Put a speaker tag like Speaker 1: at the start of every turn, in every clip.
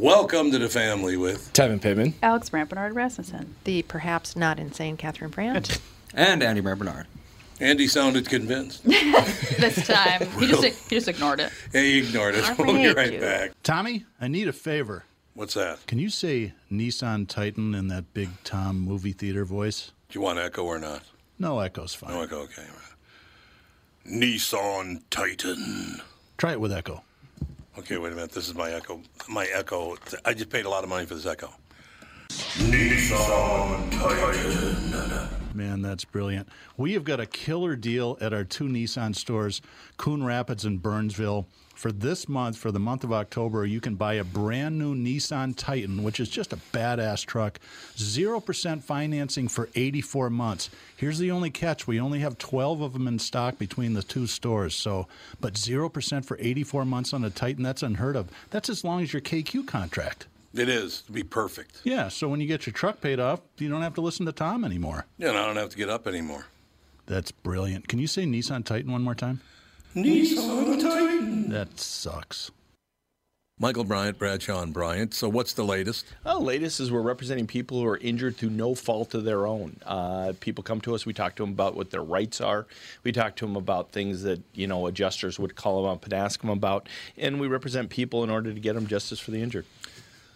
Speaker 1: Welcome to the family with
Speaker 2: Tevin Pittman.
Speaker 3: Alex Brampernard Rasmussen.
Speaker 4: The perhaps not insane Catherine Brandt.
Speaker 5: and Andy Bernard.
Speaker 1: Andy sounded convinced.
Speaker 3: this time, he just he just ignored it.
Speaker 1: Yeah, he ignored
Speaker 4: I
Speaker 1: it. We'll be
Speaker 4: hate
Speaker 1: right
Speaker 4: you.
Speaker 1: back.
Speaker 6: Tommy, I need a favor.
Speaker 1: What's that?
Speaker 6: Can you say Nissan Titan in that big Tom movie theater voice?
Speaker 1: Do you want echo or not?
Speaker 6: No echoes, fine.
Speaker 1: I'm like, okay. right. Nissan Titan.
Speaker 6: Try it with echo.
Speaker 1: Okay, wait a minute. This is my echo. My echo. I just paid a lot of money for this echo. Nissan Titan.
Speaker 6: Man, that's brilliant. We have got a killer deal at our two Nissan stores, Coon Rapids and Burnsville. For this month, for the month of October, you can buy a brand new Nissan Titan, which is just a badass truck. 0% financing for 84 months. Here's the only catch we only have 12 of them in stock between the two stores. So, but 0% for 84 months on a Titan, that's unheard of. That's as long as your KQ contract.
Speaker 1: It is to be perfect.
Speaker 6: Yeah, so when you get your truck paid off, you don't have to listen to Tom anymore.
Speaker 1: Yeah, and I don't have to get up anymore.
Speaker 6: That's brilliant. Can you say Nissan Titan one more time?
Speaker 1: Nissan Titan.
Speaker 6: That sucks.
Speaker 1: Michael Bryant, Bradshaw and Bryant. So what's the latest?
Speaker 7: Well, latest is we're representing people who are injured through no fault of their own. Uh, people come to us. We talk to them about what their rights are. We talk to them about things that you know adjusters would call them up and ask them about. And we represent people in order to get them justice for the injured.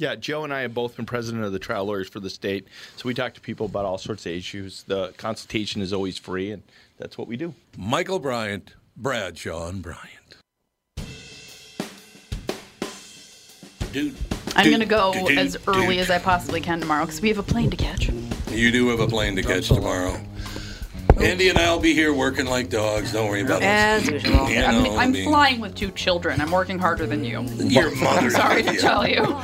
Speaker 7: Yeah, Joe and I have both been president of the trial lawyers for the state, so we talk to people about all sorts of issues. The consultation is always free, and that's what we do.
Speaker 1: Michael Bryant, Bradshaw and Bryant. Dude,
Speaker 3: I'm gonna go as early as I possibly can tomorrow because we have a plane to catch.
Speaker 1: You do have a plane to catch tomorrow. Andy and I'll be here working like dogs. Don't worry about us.
Speaker 4: As usual.
Speaker 1: You
Speaker 3: I'm,
Speaker 1: know, Oh, I
Speaker 3: I'm
Speaker 1: mean,
Speaker 3: flying with two children. I'm working harder than you.
Speaker 1: Your mother.
Speaker 3: I'm sorry to tell you.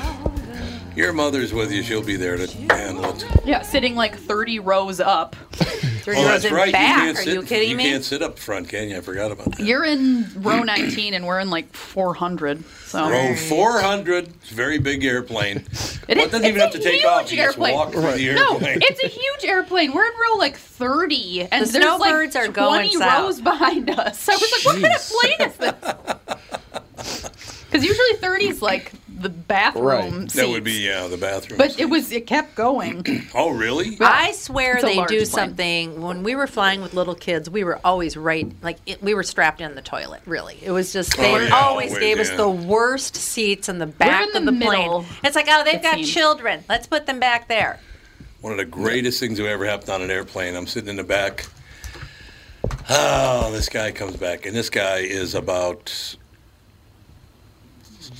Speaker 1: Your mother's with you. She'll be there to handle it.
Speaker 3: Yeah, sitting like 30 rows up.
Speaker 4: Three
Speaker 1: Oh,
Speaker 4: rows
Speaker 1: that's
Speaker 4: in
Speaker 1: right. you
Speaker 4: back.
Speaker 1: can't
Speaker 4: Are
Speaker 1: sit.
Speaker 4: you kidding me?
Speaker 1: can't sit up front, can you? I forgot about that.
Speaker 3: You're in row 19 and we're in like 400. So
Speaker 1: Row 400, it's a very big airplane.
Speaker 3: It
Speaker 1: well,
Speaker 3: is-
Speaker 1: it doesn't even
Speaker 3: it's a
Speaker 1: have to take
Speaker 3: huge
Speaker 1: off. You just
Speaker 3: airplane.
Speaker 1: walk through the
Speaker 3: No,
Speaker 1: airplane.
Speaker 3: it's a huge airplane. We're in row like 30, and
Speaker 4: The
Speaker 3: there's like
Speaker 4: snowbirds are going
Speaker 3: 20
Speaker 4: south.
Speaker 3: rows behind us. So I was like, what kind of plane is this? Because usually 30 is like the bathroom
Speaker 5: Right.
Speaker 3: seats.
Speaker 1: that would be yeah, the bathroom.
Speaker 3: But it was it kept going.
Speaker 1: oh, really?
Speaker 4: I swear
Speaker 3: It's a
Speaker 4: they
Speaker 3: large
Speaker 4: do
Speaker 3: plane.
Speaker 4: something. When we were flying with little kids, we were always right, like it, we were strapped in the toilet. Really, it was just they
Speaker 1: Oh, yeah,
Speaker 4: always
Speaker 1: always,
Speaker 4: gave us
Speaker 1: yeah.
Speaker 4: the worst seats in the back
Speaker 3: in
Speaker 4: of
Speaker 3: the
Speaker 4: the
Speaker 3: middle,
Speaker 4: plane. It's like, oh, they've
Speaker 3: it
Speaker 4: got
Speaker 3: seems.
Speaker 4: children. Let's put them back there.
Speaker 1: One of the greatest things that ever happened on an airplane. I'm sitting in the back. Oh, this guy comes back, and this guy is about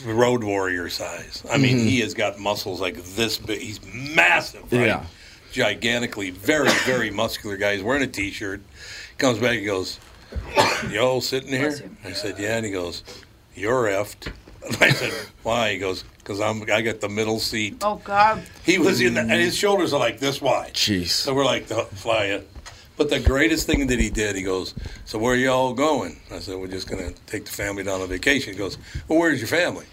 Speaker 1: road warrior size. I mean, he has got muscles like this big. He's massive, right?
Speaker 5: Yeah.
Speaker 1: Gigantically, very, very muscular guy. He's wearing a t-shirt. Comes back, he goes, "Yo, sitting here?"
Speaker 3: Bless you.
Speaker 1: I said, "Yeah," and he goes, "You're effed." And I said, "Why?" He goes, "Cause I'm I got the middle seat."
Speaker 3: Oh God!
Speaker 1: He was in, the, and his shoulders are like this wide.
Speaker 5: Jeez.
Speaker 1: So we're like, "Oh, fly it. But the greatest thing that he did, he goes, So where are y'all going? I said, We're just going to take the family down on vacation. He goes, Well, where's your family?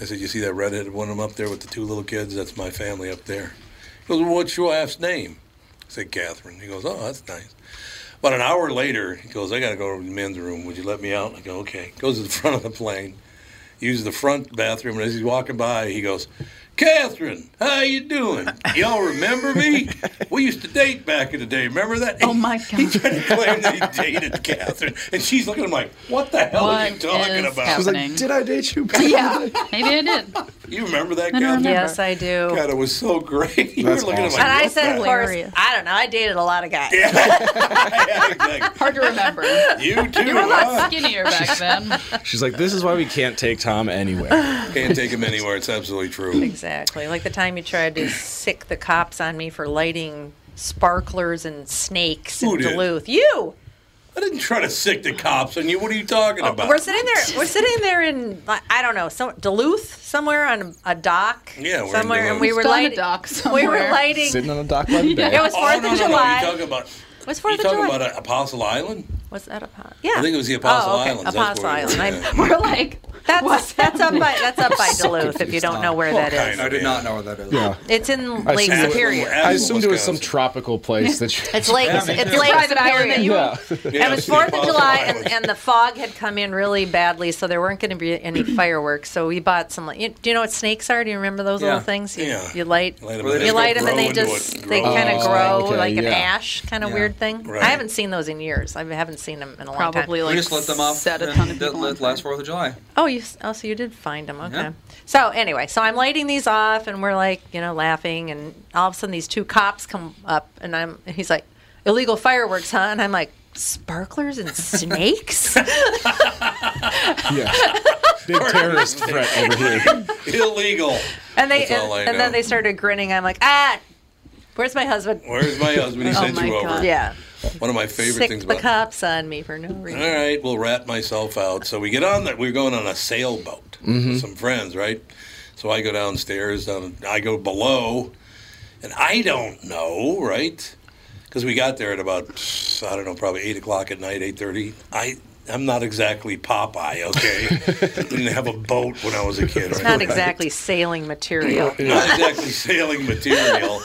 Speaker 1: I said, You see that redheaded one of them up there with the two little kids? That's my family up there. He goes, Well, what's your wife's name? I said, Catherine. He goes, Oh, that's nice. About an hour later, he goes, I got to go to the men's room. Would you let me out? I go, Okay. Goes to the front of the plane uses the front bathroom, and as he's walking by, he goes, "Catherine, how you doing? Y'all remember me? We used to date back in the day. Remember that?"
Speaker 3: Oh my
Speaker 1: He
Speaker 3: God!
Speaker 1: tried to claim that he dated Catherine, and she's looking at him like, "What the hell are you
Speaker 3: What
Speaker 1: talking
Speaker 3: is
Speaker 1: about?
Speaker 5: I was
Speaker 3: Happening.
Speaker 5: like, did I date you? back in
Speaker 3: Yeah,
Speaker 5: the day?"
Speaker 3: maybe I did.
Speaker 1: You remember that,
Speaker 3: I don't
Speaker 1: Catherine?
Speaker 3: remember.
Speaker 4: Yes, I do.
Speaker 1: God, it was so great. You
Speaker 5: That's
Speaker 1: were looking at
Speaker 5: awesome.
Speaker 1: him like,
Speaker 4: and I
Speaker 1: "What
Speaker 4: said, of
Speaker 1: the-"
Speaker 4: course,
Speaker 3: Hilarious.
Speaker 4: I don't know. I dated a lot of guys.
Speaker 1: Yeah, exactly.
Speaker 3: Hard to remember.
Speaker 1: "You too,
Speaker 3: You were a
Speaker 1: huh?
Speaker 3: lot skinnier back then.
Speaker 5: She's like, this is why we can't take Tom anywhere.
Speaker 1: Can't take him anywhere. It's absolutely true."
Speaker 4: Exactly. Like the time you tried to sick the cops on me for lighting sparklers and snakes
Speaker 1: Who
Speaker 4: in
Speaker 1: did?
Speaker 4: Duluth. You.
Speaker 1: I didn't try to sick the cops on you. What are you talking about?
Speaker 4: We're sitting there. We're sitting there in like, I don't know, some, Duluth somewhere on a dock.
Speaker 1: Yeah, we're in
Speaker 4: somewhere, and we
Speaker 1: Duluth.
Speaker 4: were
Speaker 3: Still on a
Speaker 4: lighting.
Speaker 3: dock
Speaker 4: we were
Speaker 3: somewhere.
Speaker 4: lighting.
Speaker 5: Sitting on a dock by the bay.
Speaker 4: It was
Speaker 1: Oh,
Speaker 4: Fourth
Speaker 1: no,
Speaker 4: of
Speaker 1: no, no.
Speaker 4: July.
Speaker 1: You talking about?
Speaker 4: What's
Speaker 1: You
Speaker 4: Fourth of
Speaker 1: talking
Speaker 4: July?
Speaker 1: about uh, Apostle Island?
Speaker 4: What's that upon? Yeah,
Speaker 1: I think it was the Apostle
Speaker 4: oh, okay.
Speaker 1: Islands. That's
Speaker 4: Apostle
Speaker 1: where we were,
Speaker 4: Island.
Speaker 1: yeah.
Speaker 4: I,
Speaker 3: We're like,
Speaker 4: that's
Speaker 3: What's
Speaker 4: that's up by that's up by Duluth. If you
Speaker 5: confused
Speaker 4: don't
Speaker 5: now.
Speaker 4: know where
Speaker 1: Well,
Speaker 4: that is,
Speaker 1: kinda.
Speaker 5: I did not know where that is.
Speaker 6: Yeah.
Speaker 4: it's in Lake
Speaker 5: assume it-
Speaker 4: Superior.
Speaker 5: I assumed it was some
Speaker 1: Wisconsin.
Speaker 5: tropical place that you.
Speaker 4: It's Lake.
Speaker 5: Yeah,
Speaker 4: It's
Speaker 5: yeah.
Speaker 4: Lake
Speaker 3: Private
Speaker 4: Superior.
Speaker 3: island.
Speaker 4: You-
Speaker 5: Yeah.
Speaker 1: Yeah,
Speaker 4: and it was
Speaker 1: it's the
Speaker 4: Fourth of
Speaker 1: Apostle
Speaker 4: July,
Speaker 1: Island.
Speaker 4: and, and the fog had come in really badly, so there weren't going to be any fireworks. So we bought some. like, You, do you know what snakes are? Do you remember those
Speaker 5: Yeah.
Speaker 4: little things? You,
Speaker 1: Yeah.
Speaker 4: you light,
Speaker 1: Light 'em
Speaker 5: Well,
Speaker 1: up.
Speaker 5: they
Speaker 4: you
Speaker 5: just
Speaker 4: light
Speaker 1: don't
Speaker 4: them, and they
Speaker 1: grow into
Speaker 4: just
Speaker 1: it.
Speaker 4: they
Speaker 1: Grow
Speaker 4: kind of
Speaker 1: into it.
Speaker 4: grow
Speaker 5: okay,
Speaker 4: like an
Speaker 5: yeah.
Speaker 4: ash kind of
Speaker 5: Yeah.
Speaker 4: weird thing.
Speaker 1: Right.
Speaker 4: I haven't seen those in years. I haven't seen them in a long time.
Speaker 3: probably like,
Speaker 2: we just let them off.
Speaker 3: set a
Speaker 2: and
Speaker 3: ton of
Speaker 2: that-
Speaker 3: people on
Speaker 2: let-
Speaker 3: fire.
Speaker 2: last Fourth of July.
Speaker 4: Oh, you. s- Oh, so you did find them. Okay.
Speaker 2: Yeah.
Speaker 4: So anyway, so I'm lighting these off, and we're like, you know, laughing, and all of a sudden these two cops come up, and I'm, and he's like, illegal fireworks, huh? And I'm like, sparklers and snakes.
Speaker 5: Yeah. Big terrorist threat over here.
Speaker 1: illegal.
Speaker 4: And they
Speaker 1: That's
Speaker 4: and,
Speaker 1: all I
Speaker 4: and then
Speaker 1: know.
Speaker 4: they started grinning. I'm like, ah, where's my husband?
Speaker 1: Where's my husband? He
Speaker 3: Oh
Speaker 1: sent
Speaker 3: my
Speaker 1: you over.
Speaker 3: God.
Speaker 4: Yeah,
Speaker 1: One of my favorite
Speaker 4: sick
Speaker 1: things
Speaker 4: the
Speaker 1: about.
Speaker 4: cops on me for no reason.
Speaker 1: All right, we'll rat myself out. So we get on that. We're going on a sailboat with some friends, right? So I go downstairs. Um, I go below, and I don't know, right? Because we got there at about pff, I don't know, probably eight o'clock at night, eight thirty. I I'm not exactly Popeye, okay? Didn't have a boat when I was a kid. Right?
Speaker 4: Not exactly sailing material.
Speaker 1: not exactly sailing material.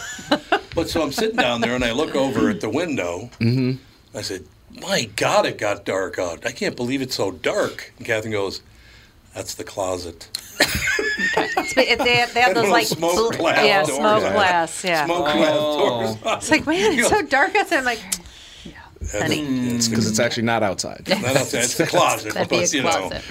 Speaker 1: but so I'm sitting down there and I look over at the window. Mm-hmm. I said, "My God, it got dark out. I can't believe it's so dark." And Catherine goes, "That's the closet."
Speaker 4: It's, it, they, have, they have those
Speaker 1: That little
Speaker 4: like
Speaker 1: smoke
Speaker 4: bl-
Speaker 1: glass
Speaker 4: Yeah,
Speaker 1: doors.
Speaker 4: smoke glass. Yeah.
Speaker 1: Smoke
Speaker 2: Oh.
Speaker 1: glass doors.
Speaker 4: It's like, man, it's so dark out there. I'm like, honey,
Speaker 5: Because it's actually not outside.
Speaker 1: No, that's, that's the closet.
Speaker 3: That'd be
Speaker 1: but,
Speaker 3: a
Speaker 1: you know.
Speaker 3: closet.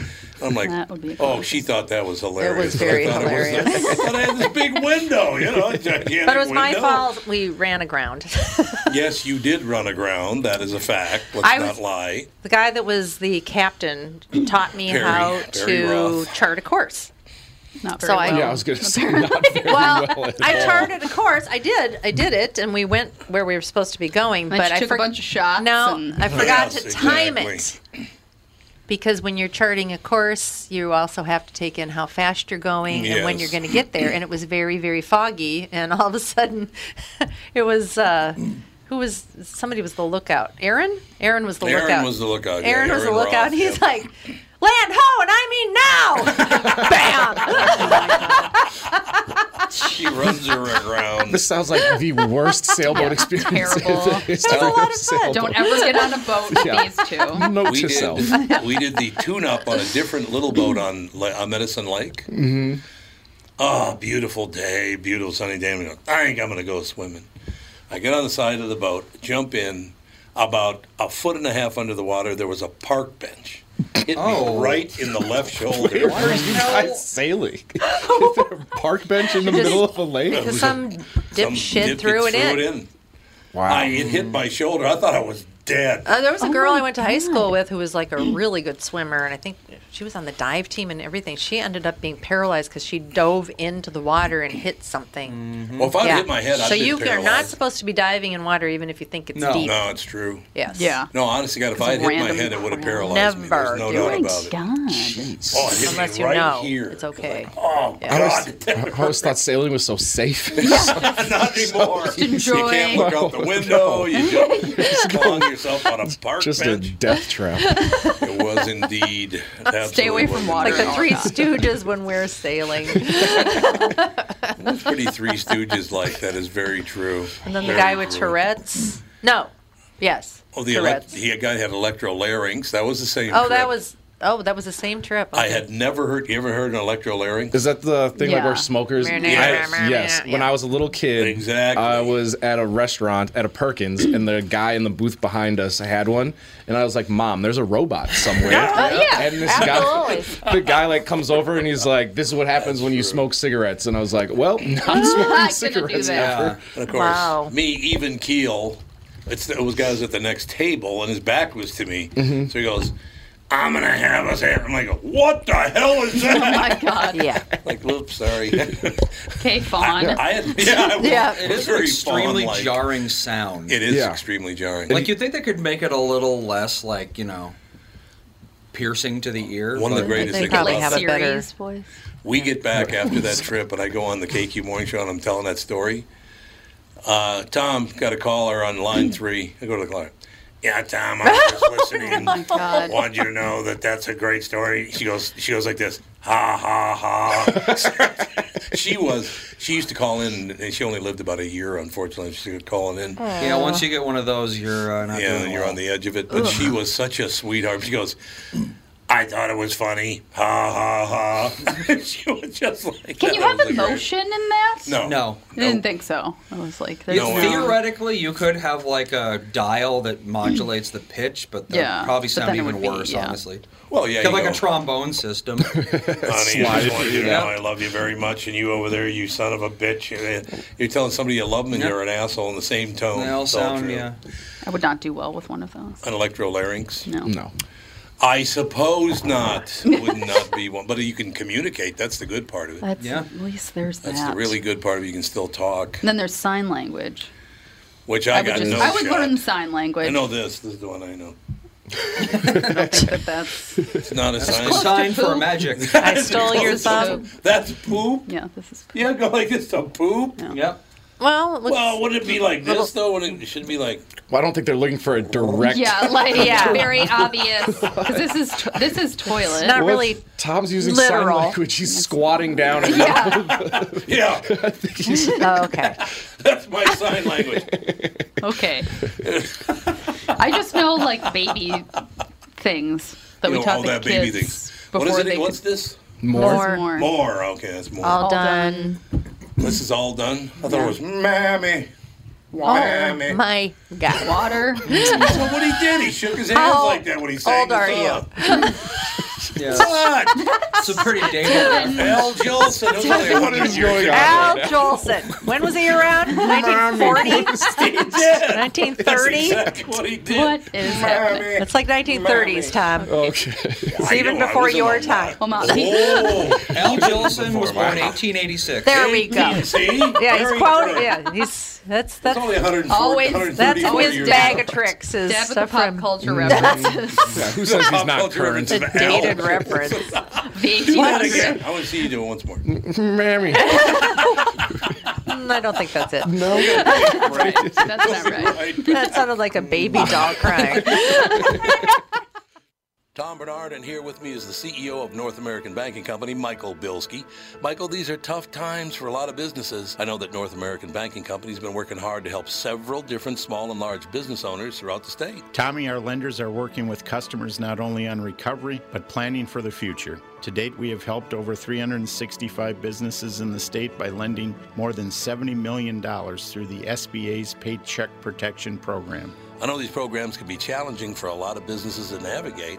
Speaker 1: I'm like,
Speaker 3: That would be a
Speaker 1: oh,
Speaker 3: closet.
Speaker 1: she thought that was hilarious.
Speaker 4: very
Speaker 1: I thought It was,
Speaker 4: hilarious.
Speaker 1: I thought I had this big window, you know, gigantic
Speaker 4: but it was my
Speaker 1: window.
Speaker 4: fault. We ran aground.
Speaker 1: Yes, you did run aground. That is a fact. Let's
Speaker 4: I
Speaker 1: not
Speaker 4: was-
Speaker 1: lie.
Speaker 4: the guy that was the captain taught me
Speaker 1: Very-
Speaker 4: how
Speaker 1: very
Speaker 4: to
Speaker 1: rough.
Speaker 4: chart a course.
Speaker 3: Not
Speaker 4: So
Speaker 3: very
Speaker 4: I-
Speaker 3: well.
Speaker 5: Yeah, I was going to say not very
Speaker 4: well,
Speaker 5: well.
Speaker 4: I charted a course. I did. I did it, and we went where we were supposed to be going.
Speaker 3: I
Speaker 4: But I
Speaker 3: took a
Speaker 4: forg-
Speaker 3: bunch of shots
Speaker 4: No,
Speaker 3: and-
Speaker 4: I forgot
Speaker 1: Yes,
Speaker 4: to time
Speaker 1: exactly.
Speaker 4: it because when you're charting a course, you also have to take in how fast you're going and when you're
Speaker 1: Yes.
Speaker 4: going to get there. And it was very, very foggy. And all of a sudden, it was. Uh, who was somebody was the lookout? Aaron. Aaron was the
Speaker 1: Aaron
Speaker 4: lookout.
Speaker 1: was the lookout, yeah,
Speaker 4: Aaron was the
Speaker 1: Aaron Roth,
Speaker 4: lookout. and He's
Speaker 1: yep.
Speaker 4: like, land ho, and I mean now, bam.
Speaker 1: She runs her around.
Speaker 5: This sounds like the worst sailboat experience.
Speaker 3: terrible.
Speaker 5: It's
Speaker 4: a lot of fun.
Speaker 3: Don't ever get on a boat with
Speaker 5: Yeah.
Speaker 3: these two.
Speaker 5: Note
Speaker 1: we
Speaker 5: yourself.
Speaker 1: did, we did the tune-up on a different little boat on, La- on Medicine Lake. Mm-hmm. Oh, beautiful day, beautiful sunny day. I'm going, I think I'm going to go swimming. I get on the side of the boat, jump in. About a foot and a half under the water, there was a park bench. Hit
Speaker 2: Oh.
Speaker 1: me right in the left shoulder.
Speaker 5: Why are you guys sailing? Is there a park bench in the
Speaker 4: Just-
Speaker 5: middle of a lake?
Speaker 4: Because some
Speaker 1: Some
Speaker 4: dipshit
Speaker 1: dipshit
Speaker 4: threw it in.
Speaker 5: Wow.
Speaker 1: I, it hit my shoulder. I thought I was dead.
Speaker 4: Uh, there was a
Speaker 3: Oh
Speaker 4: girl
Speaker 3: my
Speaker 4: I went to high school with who was like a really good swimmer, and I think she was on the dive team and everything. She ended up being paralyzed because she dove into the water and hit something.
Speaker 1: well, if I Mm. Oh, hit my head, I'd
Speaker 4: Uh-huh. so
Speaker 1: been
Speaker 4: you are not
Speaker 1: paralyzed.
Speaker 4: supposed to be diving in water, even if you think it's
Speaker 2: No.
Speaker 4: deep.
Speaker 1: No, it's true.
Speaker 4: Yes.
Speaker 3: Yeah.
Speaker 1: No, honestly, God, if I had hit my
Speaker 3: Random
Speaker 1: head, it would
Speaker 3: crowd.
Speaker 1: have paralyzed me.
Speaker 4: Never
Speaker 1: There's no
Speaker 4: do
Speaker 1: doubt
Speaker 4: it.
Speaker 1: about it.
Speaker 3: Oh God.
Speaker 1: Oh, it hit me
Speaker 4: Unless you
Speaker 1: right
Speaker 4: know
Speaker 1: here.
Speaker 4: it's okay.
Speaker 1: Oh,
Speaker 4: Yeah.
Speaker 5: I always,
Speaker 1: God.
Speaker 5: I always thought sailing was so safe.
Speaker 1: Not anymore. You can't look out the window. You just, just hung yourself on a park
Speaker 5: Just a
Speaker 1: bench.
Speaker 5: death trap.
Speaker 1: It was indeed.
Speaker 3: Stay away
Speaker 1: absolutely
Speaker 3: from
Speaker 1: was
Speaker 3: water.
Speaker 4: Like
Speaker 1: indeed.
Speaker 4: the Three Stooges when we're sailing,
Speaker 1: It's pretty Three Stooges like. That is very true.
Speaker 4: and then the
Speaker 1: Very
Speaker 4: guy with
Speaker 1: true.
Speaker 4: Tourette's. No. Yes.
Speaker 1: Oh, the elect-
Speaker 4: Tourette's.
Speaker 1: he a guy had electrolarynx. That was the same.
Speaker 4: oh, that
Speaker 1: trip.
Speaker 4: was. Oh, that was the same trip.
Speaker 1: I
Speaker 4: Okay.
Speaker 1: had never heard. You ever heard an electrolarynx?
Speaker 5: Is that the thing like
Speaker 3: Yeah.
Speaker 5: where smokers?
Speaker 1: Yes.
Speaker 5: Yes. When I was a little kid,
Speaker 1: Exactly.
Speaker 5: I was at a restaurant at a Perkins, and the guy in the booth behind us had one, and I was like, "Mom, there's a robot somewhere."
Speaker 4: yeah,
Speaker 5: And this
Speaker 4: absolutely.
Speaker 5: guy, the guy like comes over and he's like, "This is what happens when you smoke cigarettes," and I was like, "Well, I'm smoking
Speaker 3: do
Speaker 5: cigarettes."
Speaker 3: that.
Speaker 5: ever."
Speaker 1: And of course,
Speaker 4: Wow.
Speaker 1: me, even keel, it's, it was guys at the next table, and his back was to me. So he goes, I'm gonna have us here. I'm like, what the hell is that?
Speaker 3: Oh my God.
Speaker 4: Yeah.
Speaker 1: like, whoops, sorry.
Speaker 3: Okay, Fawn.
Speaker 1: I had, yeah, I was-
Speaker 4: Yeah.
Speaker 1: it is
Speaker 2: It's
Speaker 1: very
Speaker 2: an extremely
Speaker 1: fawn-like.
Speaker 2: jarring sound.
Speaker 1: It is
Speaker 5: Yeah.
Speaker 1: extremely jarring.
Speaker 2: Like you'd think they could make it a little less, like you know, piercing to the ear.
Speaker 1: One of the
Speaker 2: but-
Speaker 1: greatest
Speaker 4: They
Speaker 1: things
Speaker 4: probably
Speaker 1: about
Speaker 4: have
Speaker 1: that,
Speaker 4: a better.
Speaker 3: Series voice.
Speaker 1: we get back after that trip, and I go on the KQ Morning Show, and I'm telling that story. Uh, Tom got a caller on line three. I go to the caller. Yeah, Tom, I was just listening.
Speaker 3: Oh God.
Speaker 1: wanted you to know that that's a great story. She goes, she goes like this, ha ha ha. she was, she used to call in, and she only lived about a year, unfortunately. She was calling in.
Speaker 3: Oh.
Speaker 2: Yeah, once you get one of those, you're uh, not
Speaker 1: Yeah,
Speaker 2: doing
Speaker 1: you're
Speaker 2: well.
Speaker 1: on the edge of it. But she was such a sweetheart. She goes, I thought it was funny. Ha ha ha. she was just like,
Speaker 3: Can
Speaker 1: that.
Speaker 3: you
Speaker 1: I
Speaker 3: have
Speaker 1: was like,
Speaker 3: emotion in that?
Speaker 1: No.
Speaker 2: No.
Speaker 3: I didn't think so. I was like, there's
Speaker 1: No,
Speaker 3: no,
Speaker 2: Theoretically, you could have like a dial that modulates the pitch, but that
Speaker 3: Yeah,
Speaker 2: would probably
Speaker 3: but
Speaker 2: sound
Speaker 3: then it
Speaker 2: even
Speaker 3: would be-
Speaker 2: worse,
Speaker 3: yeah.
Speaker 2: honestly.
Speaker 1: Well, yeah,
Speaker 2: Kinda
Speaker 1: you
Speaker 2: like
Speaker 1: know,
Speaker 2: a trombone system.
Speaker 1: Honey, I
Speaker 5: Slide
Speaker 1: just want you to
Speaker 2: Yeah.
Speaker 1: know I love you very much, and you over there, you son of a bitch. You're telling somebody you love them and
Speaker 2: Yep.
Speaker 1: they're an asshole in the same tone.
Speaker 2: they all
Speaker 1: It's all
Speaker 2: sound,
Speaker 1: true.
Speaker 2: yeah.
Speaker 3: I would not do well with one of those.
Speaker 1: An electrolarynx?
Speaker 3: No.
Speaker 5: No.
Speaker 1: I suppose not. Would not be one, but you can communicate. That's the good part of it.
Speaker 3: That's
Speaker 2: Yeah.
Speaker 3: at least there's that.
Speaker 1: That's the really good part of it. You can still talk,
Speaker 3: And then there's sign language.
Speaker 1: which I,
Speaker 3: would
Speaker 1: got
Speaker 3: just-
Speaker 1: no
Speaker 3: I would
Speaker 1: shot.
Speaker 3: learn sign language.
Speaker 1: I know this. This is the one I know.
Speaker 3: I think that that's
Speaker 1: It's not a
Speaker 2: A
Speaker 1: sign.
Speaker 2: sign for
Speaker 3: poop.
Speaker 2: magic.
Speaker 4: I stole your
Speaker 3: Close to
Speaker 4: thumb.
Speaker 3: poop.
Speaker 1: That's poop.
Speaker 3: Yeah, this is poop.
Speaker 1: Yeah, go like this to poop.
Speaker 3: Yeah.
Speaker 2: yep.
Speaker 4: Well, it looks,
Speaker 1: Well, would it be like this though? Would it, it should be like
Speaker 5: Well, I don't think they're looking for a direct.
Speaker 3: Yeah, like
Speaker 4: Yeah.
Speaker 3: very obvious because this is to- this is toilet.
Speaker 4: not
Speaker 5: Well, if
Speaker 4: really
Speaker 5: Tom's using sign
Speaker 4: literal.
Speaker 5: language. He's squatting down. And
Speaker 3: yeah.
Speaker 1: yeah.
Speaker 4: Oh, okay.
Speaker 1: That's my sign language.
Speaker 3: Okay. I just know like baby things that
Speaker 1: You
Speaker 3: we
Speaker 1: know,
Speaker 3: taught
Speaker 1: all
Speaker 3: the
Speaker 1: that
Speaker 3: kids
Speaker 1: baby things. What
Speaker 3: before
Speaker 1: is
Speaker 3: they
Speaker 1: it? What's
Speaker 3: could
Speaker 1: this?
Speaker 4: More.
Speaker 5: more.
Speaker 3: more.
Speaker 1: More. Okay, that's more.
Speaker 4: All
Speaker 3: All
Speaker 4: done.
Speaker 1: This is all done. I thought
Speaker 3: Yeah.
Speaker 1: it was mammy.
Speaker 4: Oh
Speaker 1: Mammy.
Speaker 4: my God.
Speaker 3: Water.
Speaker 1: That's not what he did. He shook his hands
Speaker 4: How
Speaker 1: like that when he sang
Speaker 4: old
Speaker 1: the
Speaker 4: are
Speaker 1: song.
Speaker 2: Yeah.
Speaker 1: What?
Speaker 2: It's a pretty dated.
Speaker 1: Al Jolson. It was like
Speaker 5: What is
Speaker 1: 100 years
Speaker 5: going
Speaker 1: ago.
Speaker 5: on?
Speaker 4: Al Jolson. When was he around? 1940?
Speaker 1: Yeah.
Speaker 4: 1930?
Speaker 1: That's exactly what he did.
Speaker 3: What is happening?
Speaker 4: It's like 1930s, Tom.
Speaker 1: Oh,
Speaker 5: Okay.
Speaker 1: It's
Speaker 4: even before your time.
Speaker 3: Well, not-
Speaker 1: Oh,
Speaker 2: Al Jolson
Speaker 1: Before
Speaker 2: was born
Speaker 1: my-
Speaker 2: 1886.
Speaker 4: There we go.
Speaker 1: see?
Speaker 4: Yeah, he's
Speaker 1: Very
Speaker 4: quoted.
Speaker 1: good.
Speaker 4: Yeah, he's that's
Speaker 1: It's
Speaker 4: that's
Speaker 1: only 140,
Speaker 3: Always-
Speaker 1: 130
Speaker 4: that's
Speaker 1: more
Speaker 4: his
Speaker 1: years
Speaker 4: bag
Speaker 1: ago.
Speaker 4: of tricks. Is Mm-hmm.
Speaker 3: Dad with the
Speaker 4: stuff
Speaker 3: pop
Speaker 4: from
Speaker 3: culture references.
Speaker 5: Yeah, who says he's
Speaker 1: Pop
Speaker 5: not
Speaker 1: culture
Speaker 5: current?
Speaker 1: reference of Al.
Speaker 4: dated reference.
Speaker 3: The
Speaker 1: Do that
Speaker 3: 1800s.
Speaker 1: again. I want to see you do it once more.
Speaker 5: Mammy.
Speaker 4: Mm, I don't think that's it.
Speaker 5: No.
Speaker 3: Right. That's not right.
Speaker 4: That sounded like a baby doll crying.
Speaker 1: Tom Bernard, and here with me is the CEO of North American Banking Company, Michael Bilski. Michael, these are tough times for a lot of businesses. I know that North American Banking Company has been working hard to help several different small and large business owners throughout the state.
Speaker 8: Tommy, our lenders are working with customers not only on recovery, but planning for the future. To date, we have helped over 365 businesses in the state by lending more than $70 million through the SBA's Paycheck Protection Program.
Speaker 1: I know these programs can be challenging for a lot of businesses to navigate.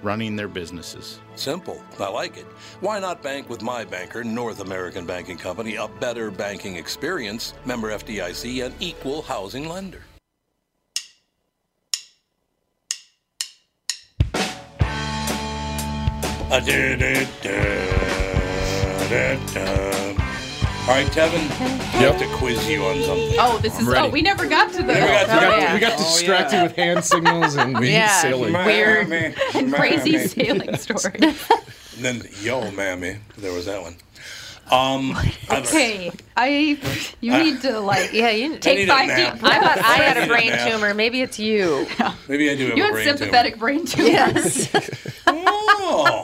Speaker 8: running their businesses.
Speaker 1: Simple. I like it. Why not bank with my banker, North American Banking Company, a better banking experience, member FDIC, an equal housing lender? Uh, da, da, da, da, da. All right, Tevin, I have to quiz you on something.
Speaker 3: Oh, this is. Oh,
Speaker 5: ready.
Speaker 3: we never got to the
Speaker 1: got to
Speaker 5: We got,
Speaker 4: yeah.
Speaker 5: we got
Speaker 2: Oh,
Speaker 5: distracted
Speaker 2: yeah.
Speaker 5: with hand signals and
Speaker 4: Yeah.
Speaker 5: sailing.
Speaker 4: Weird.
Speaker 3: crazy sailing story.
Speaker 1: And then, yo, mammy, there was that one. Um, okay.
Speaker 3: Okay, I. You need to like.
Speaker 4: Yeah, you
Speaker 1: need
Speaker 4: take
Speaker 1: a
Speaker 4: five
Speaker 1: nap.
Speaker 4: deep. I thought I had
Speaker 1: I
Speaker 4: a
Speaker 1: need a
Speaker 4: brain
Speaker 1: nap.
Speaker 4: tumor. Maybe it's you.
Speaker 1: Maybe I do have
Speaker 3: You
Speaker 1: a
Speaker 3: have
Speaker 1: brain
Speaker 3: sympathetic brain tumor.
Speaker 4: Yes.
Speaker 1: Oh,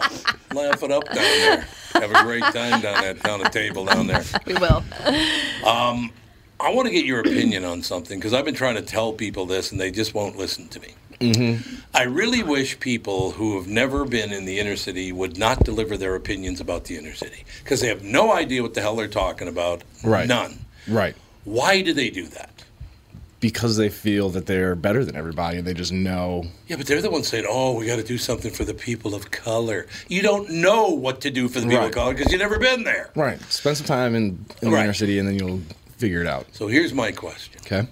Speaker 1: laugh it up down there. Have a great time down that down the table down there.
Speaker 3: We will.
Speaker 1: I want to get your opinion on something because I've been trying to tell people this and they just won't listen to me.
Speaker 5: Mm-hmm.
Speaker 1: I really wish people who have never been in the inner city would not deliver their opinions about the inner city because they have no idea what the hell they're talking about.
Speaker 5: Right.
Speaker 1: None.
Speaker 5: Right.
Speaker 1: Why do they do that?
Speaker 5: because they feel that they're better than everybody and they just know.
Speaker 1: Yeah, but they're the ones saying, "Oh, we got to do something for the people of color." You don't know what to do for the people of
Speaker 5: Right.
Speaker 1: color because you've never been there.
Speaker 5: Right. Spend some time in, in the
Speaker 1: Right.
Speaker 5: inner city and then you'll figure it out.
Speaker 1: So here's my question.
Speaker 5: Okay.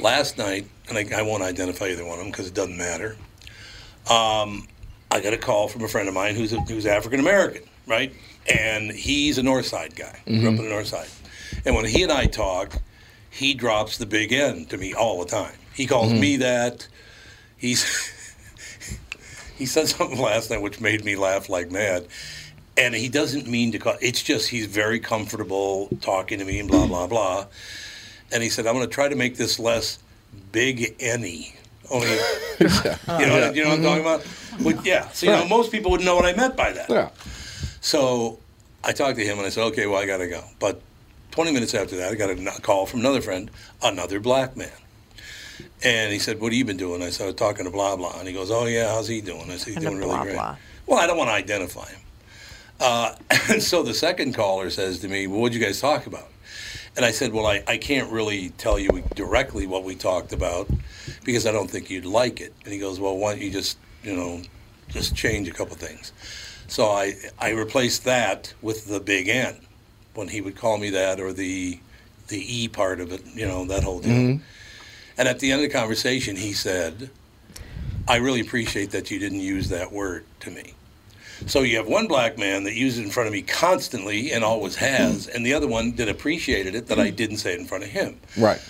Speaker 1: Last night, and I, I won't identify either one of them because it doesn't matter. Um, I got a call from a friend of mine who's a, who's African American, right? And he's a North Side guy, grew up in the North Side. And when he and I talk, he drops the big N to me all the time. He calls me
Speaker 5: Mm-hmm.
Speaker 1: that. He's he said something last night which made me laugh like mad. And he doesn't mean to call. It's just he's very comfortable talking to me and blah blah blah. And he said, "I'm going to try to make this less big any." Only, you know, what- you know what I'm talking about? Well, yeah. So you know,
Speaker 5: Mm-hmm. Right.
Speaker 1: most people would know what I meant by that.
Speaker 5: Yeah.
Speaker 1: So I talked to him and I said, okay, well, I got to go. But 20 minutes after that, I got a n- call from another friend, another black man. And he said, what have you been doing? I said, talking to blah, blah. And he goes, oh, yeah, how's he doing? I said, he's
Speaker 4: And the
Speaker 1: doing really
Speaker 4: blah,
Speaker 1: great.
Speaker 4: blah.
Speaker 1: Well, I don't want to identify him. Uh, and so the second caller says to me, well, what'd you guys talk about? And I said, well, I, I can't really tell you directly what we talked about because I don't think you'd like it. And he goes, well, why don't you just, you know, just change a couple things. So I, I replaced that with the big N when he would call me that or the, the E part of it, you know, that whole deal. And at the end of the conversation, he said, I really appreciate that you didn't use that word to me. So you have one black man that uses it in front of me constantly and always has, and the other one that appreciated it that I didn't say it in front of him,
Speaker 5: Right.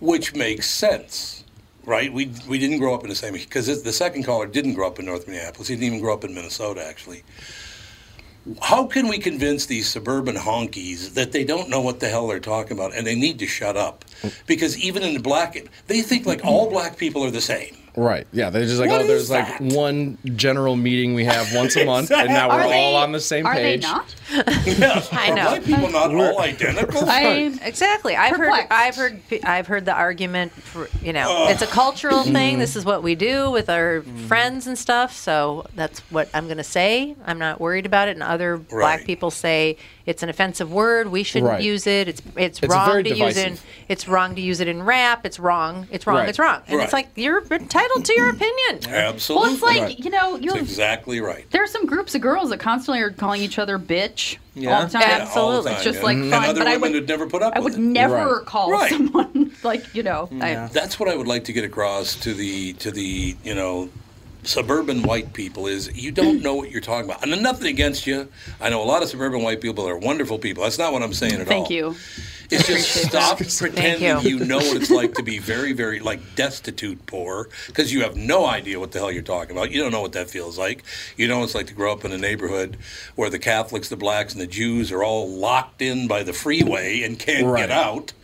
Speaker 1: which makes sense, right? We we didn't grow up in the same because the second caller didn't grow up in North Minneapolis. He didn't even grow up in Minnesota, actually. How can we convince these suburban honkies that they don't know what the hell they're talking about and they need to shut up? Because even in the black, they think like all black people are the same.
Speaker 5: Right. Yeah. They're just like,
Speaker 1: What
Speaker 5: oh, there's
Speaker 1: is that?"
Speaker 5: like one general meeting we have once a month, and now we're
Speaker 3: Are they-
Speaker 5: all on the same
Speaker 3: are
Speaker 5: page.
Speaker 3: they not?
Speaker 1: Yeah,
Speaker 4: I
Speaker 1: are
Speaker 4: know.
Speaker 1: Black people not all identical.
Speaker 3: I,
Speaker 4: Exactly. I've
Speaker 3: Perplexed.
Speaker 4: heard. I've heard. pe- I've heard the argument. For, you know, it's a cultural
Speaker 5: Mm-hmm.
Speaker 4: thing. This is what we do with our friends and stuff. So that's what I'm going to say. I'm not worried about it. And other
Speaker 1: Right.
Speaker 4: black people say it's an offensive word. We shouldn't
Speaker 5: Right.
Speaker 4: use it. It's it's,
Speaker 5: It's
Speaker 4: wrong
Speaker 5: very
Speaker 4: to use it. In,
Speaker 5: divisive.
Speaker 4: it's wrong to use it in rap. It's wrong. It's wrong.
Speaker 5: Right.
Speaker 4: It's wrong. And
Speaker 1: Right.
Speaker 4: it's like you're entitled to your opinion.
Speaker 1: Absolutely.
Speaker 3: well, it's like
Speaker 5: Right.
Speaker 3: you know, you
Speaker 1: That's
Speaker 3: have
Speaker 1: exactly right.
Speaker 3: there are some groups of girls that constantly are calling each other bitch all
Speaker 2: Yeah.
Speaker 3: the time.
Speaker 4: Yeah,
Speaker 1: all the
Speaker 4: Absolutely.
Speaker 1: time,
Speaker 3: Just
Speaker 1: yeah.
Speaker 3: like
Speaker 1: and
Speaker 3: fine,
Speaker 1: other
Speaker 3: but I
Speaker 1: women
Speaker 3: would-
Speaker 1: would never put up
Speaker 3: I
Speaker 1: with
Speaker 3: would
Speaker 1: it.
Speaker 3: never
Speaker 5: Right.
Speaker 3: call
Speaker 1: Right.
Speaker 3: someone like you know. I,
Speaker 1: That's what I would like to get across to the to the you know suburban white people is you don't know what you're talking about. And nothing against you. I know a lot of suburban white people are wonderful people. That's not what I'm saying at all.
Speaker 3: thank you.
Speaker 1: It's just stop pretending
Speaker 4: you.
Speaker 1: you. know what it's like to be very, very like destitute poor because you have no idea what the hell you're talking about. You don't know what that feels like. You know what it's like to grow up in a neighborhood where the Catholics, the blacks, and the Jews are all locked in by the freeway and can't
Speaker 5: Right.
Speaker 1: get out.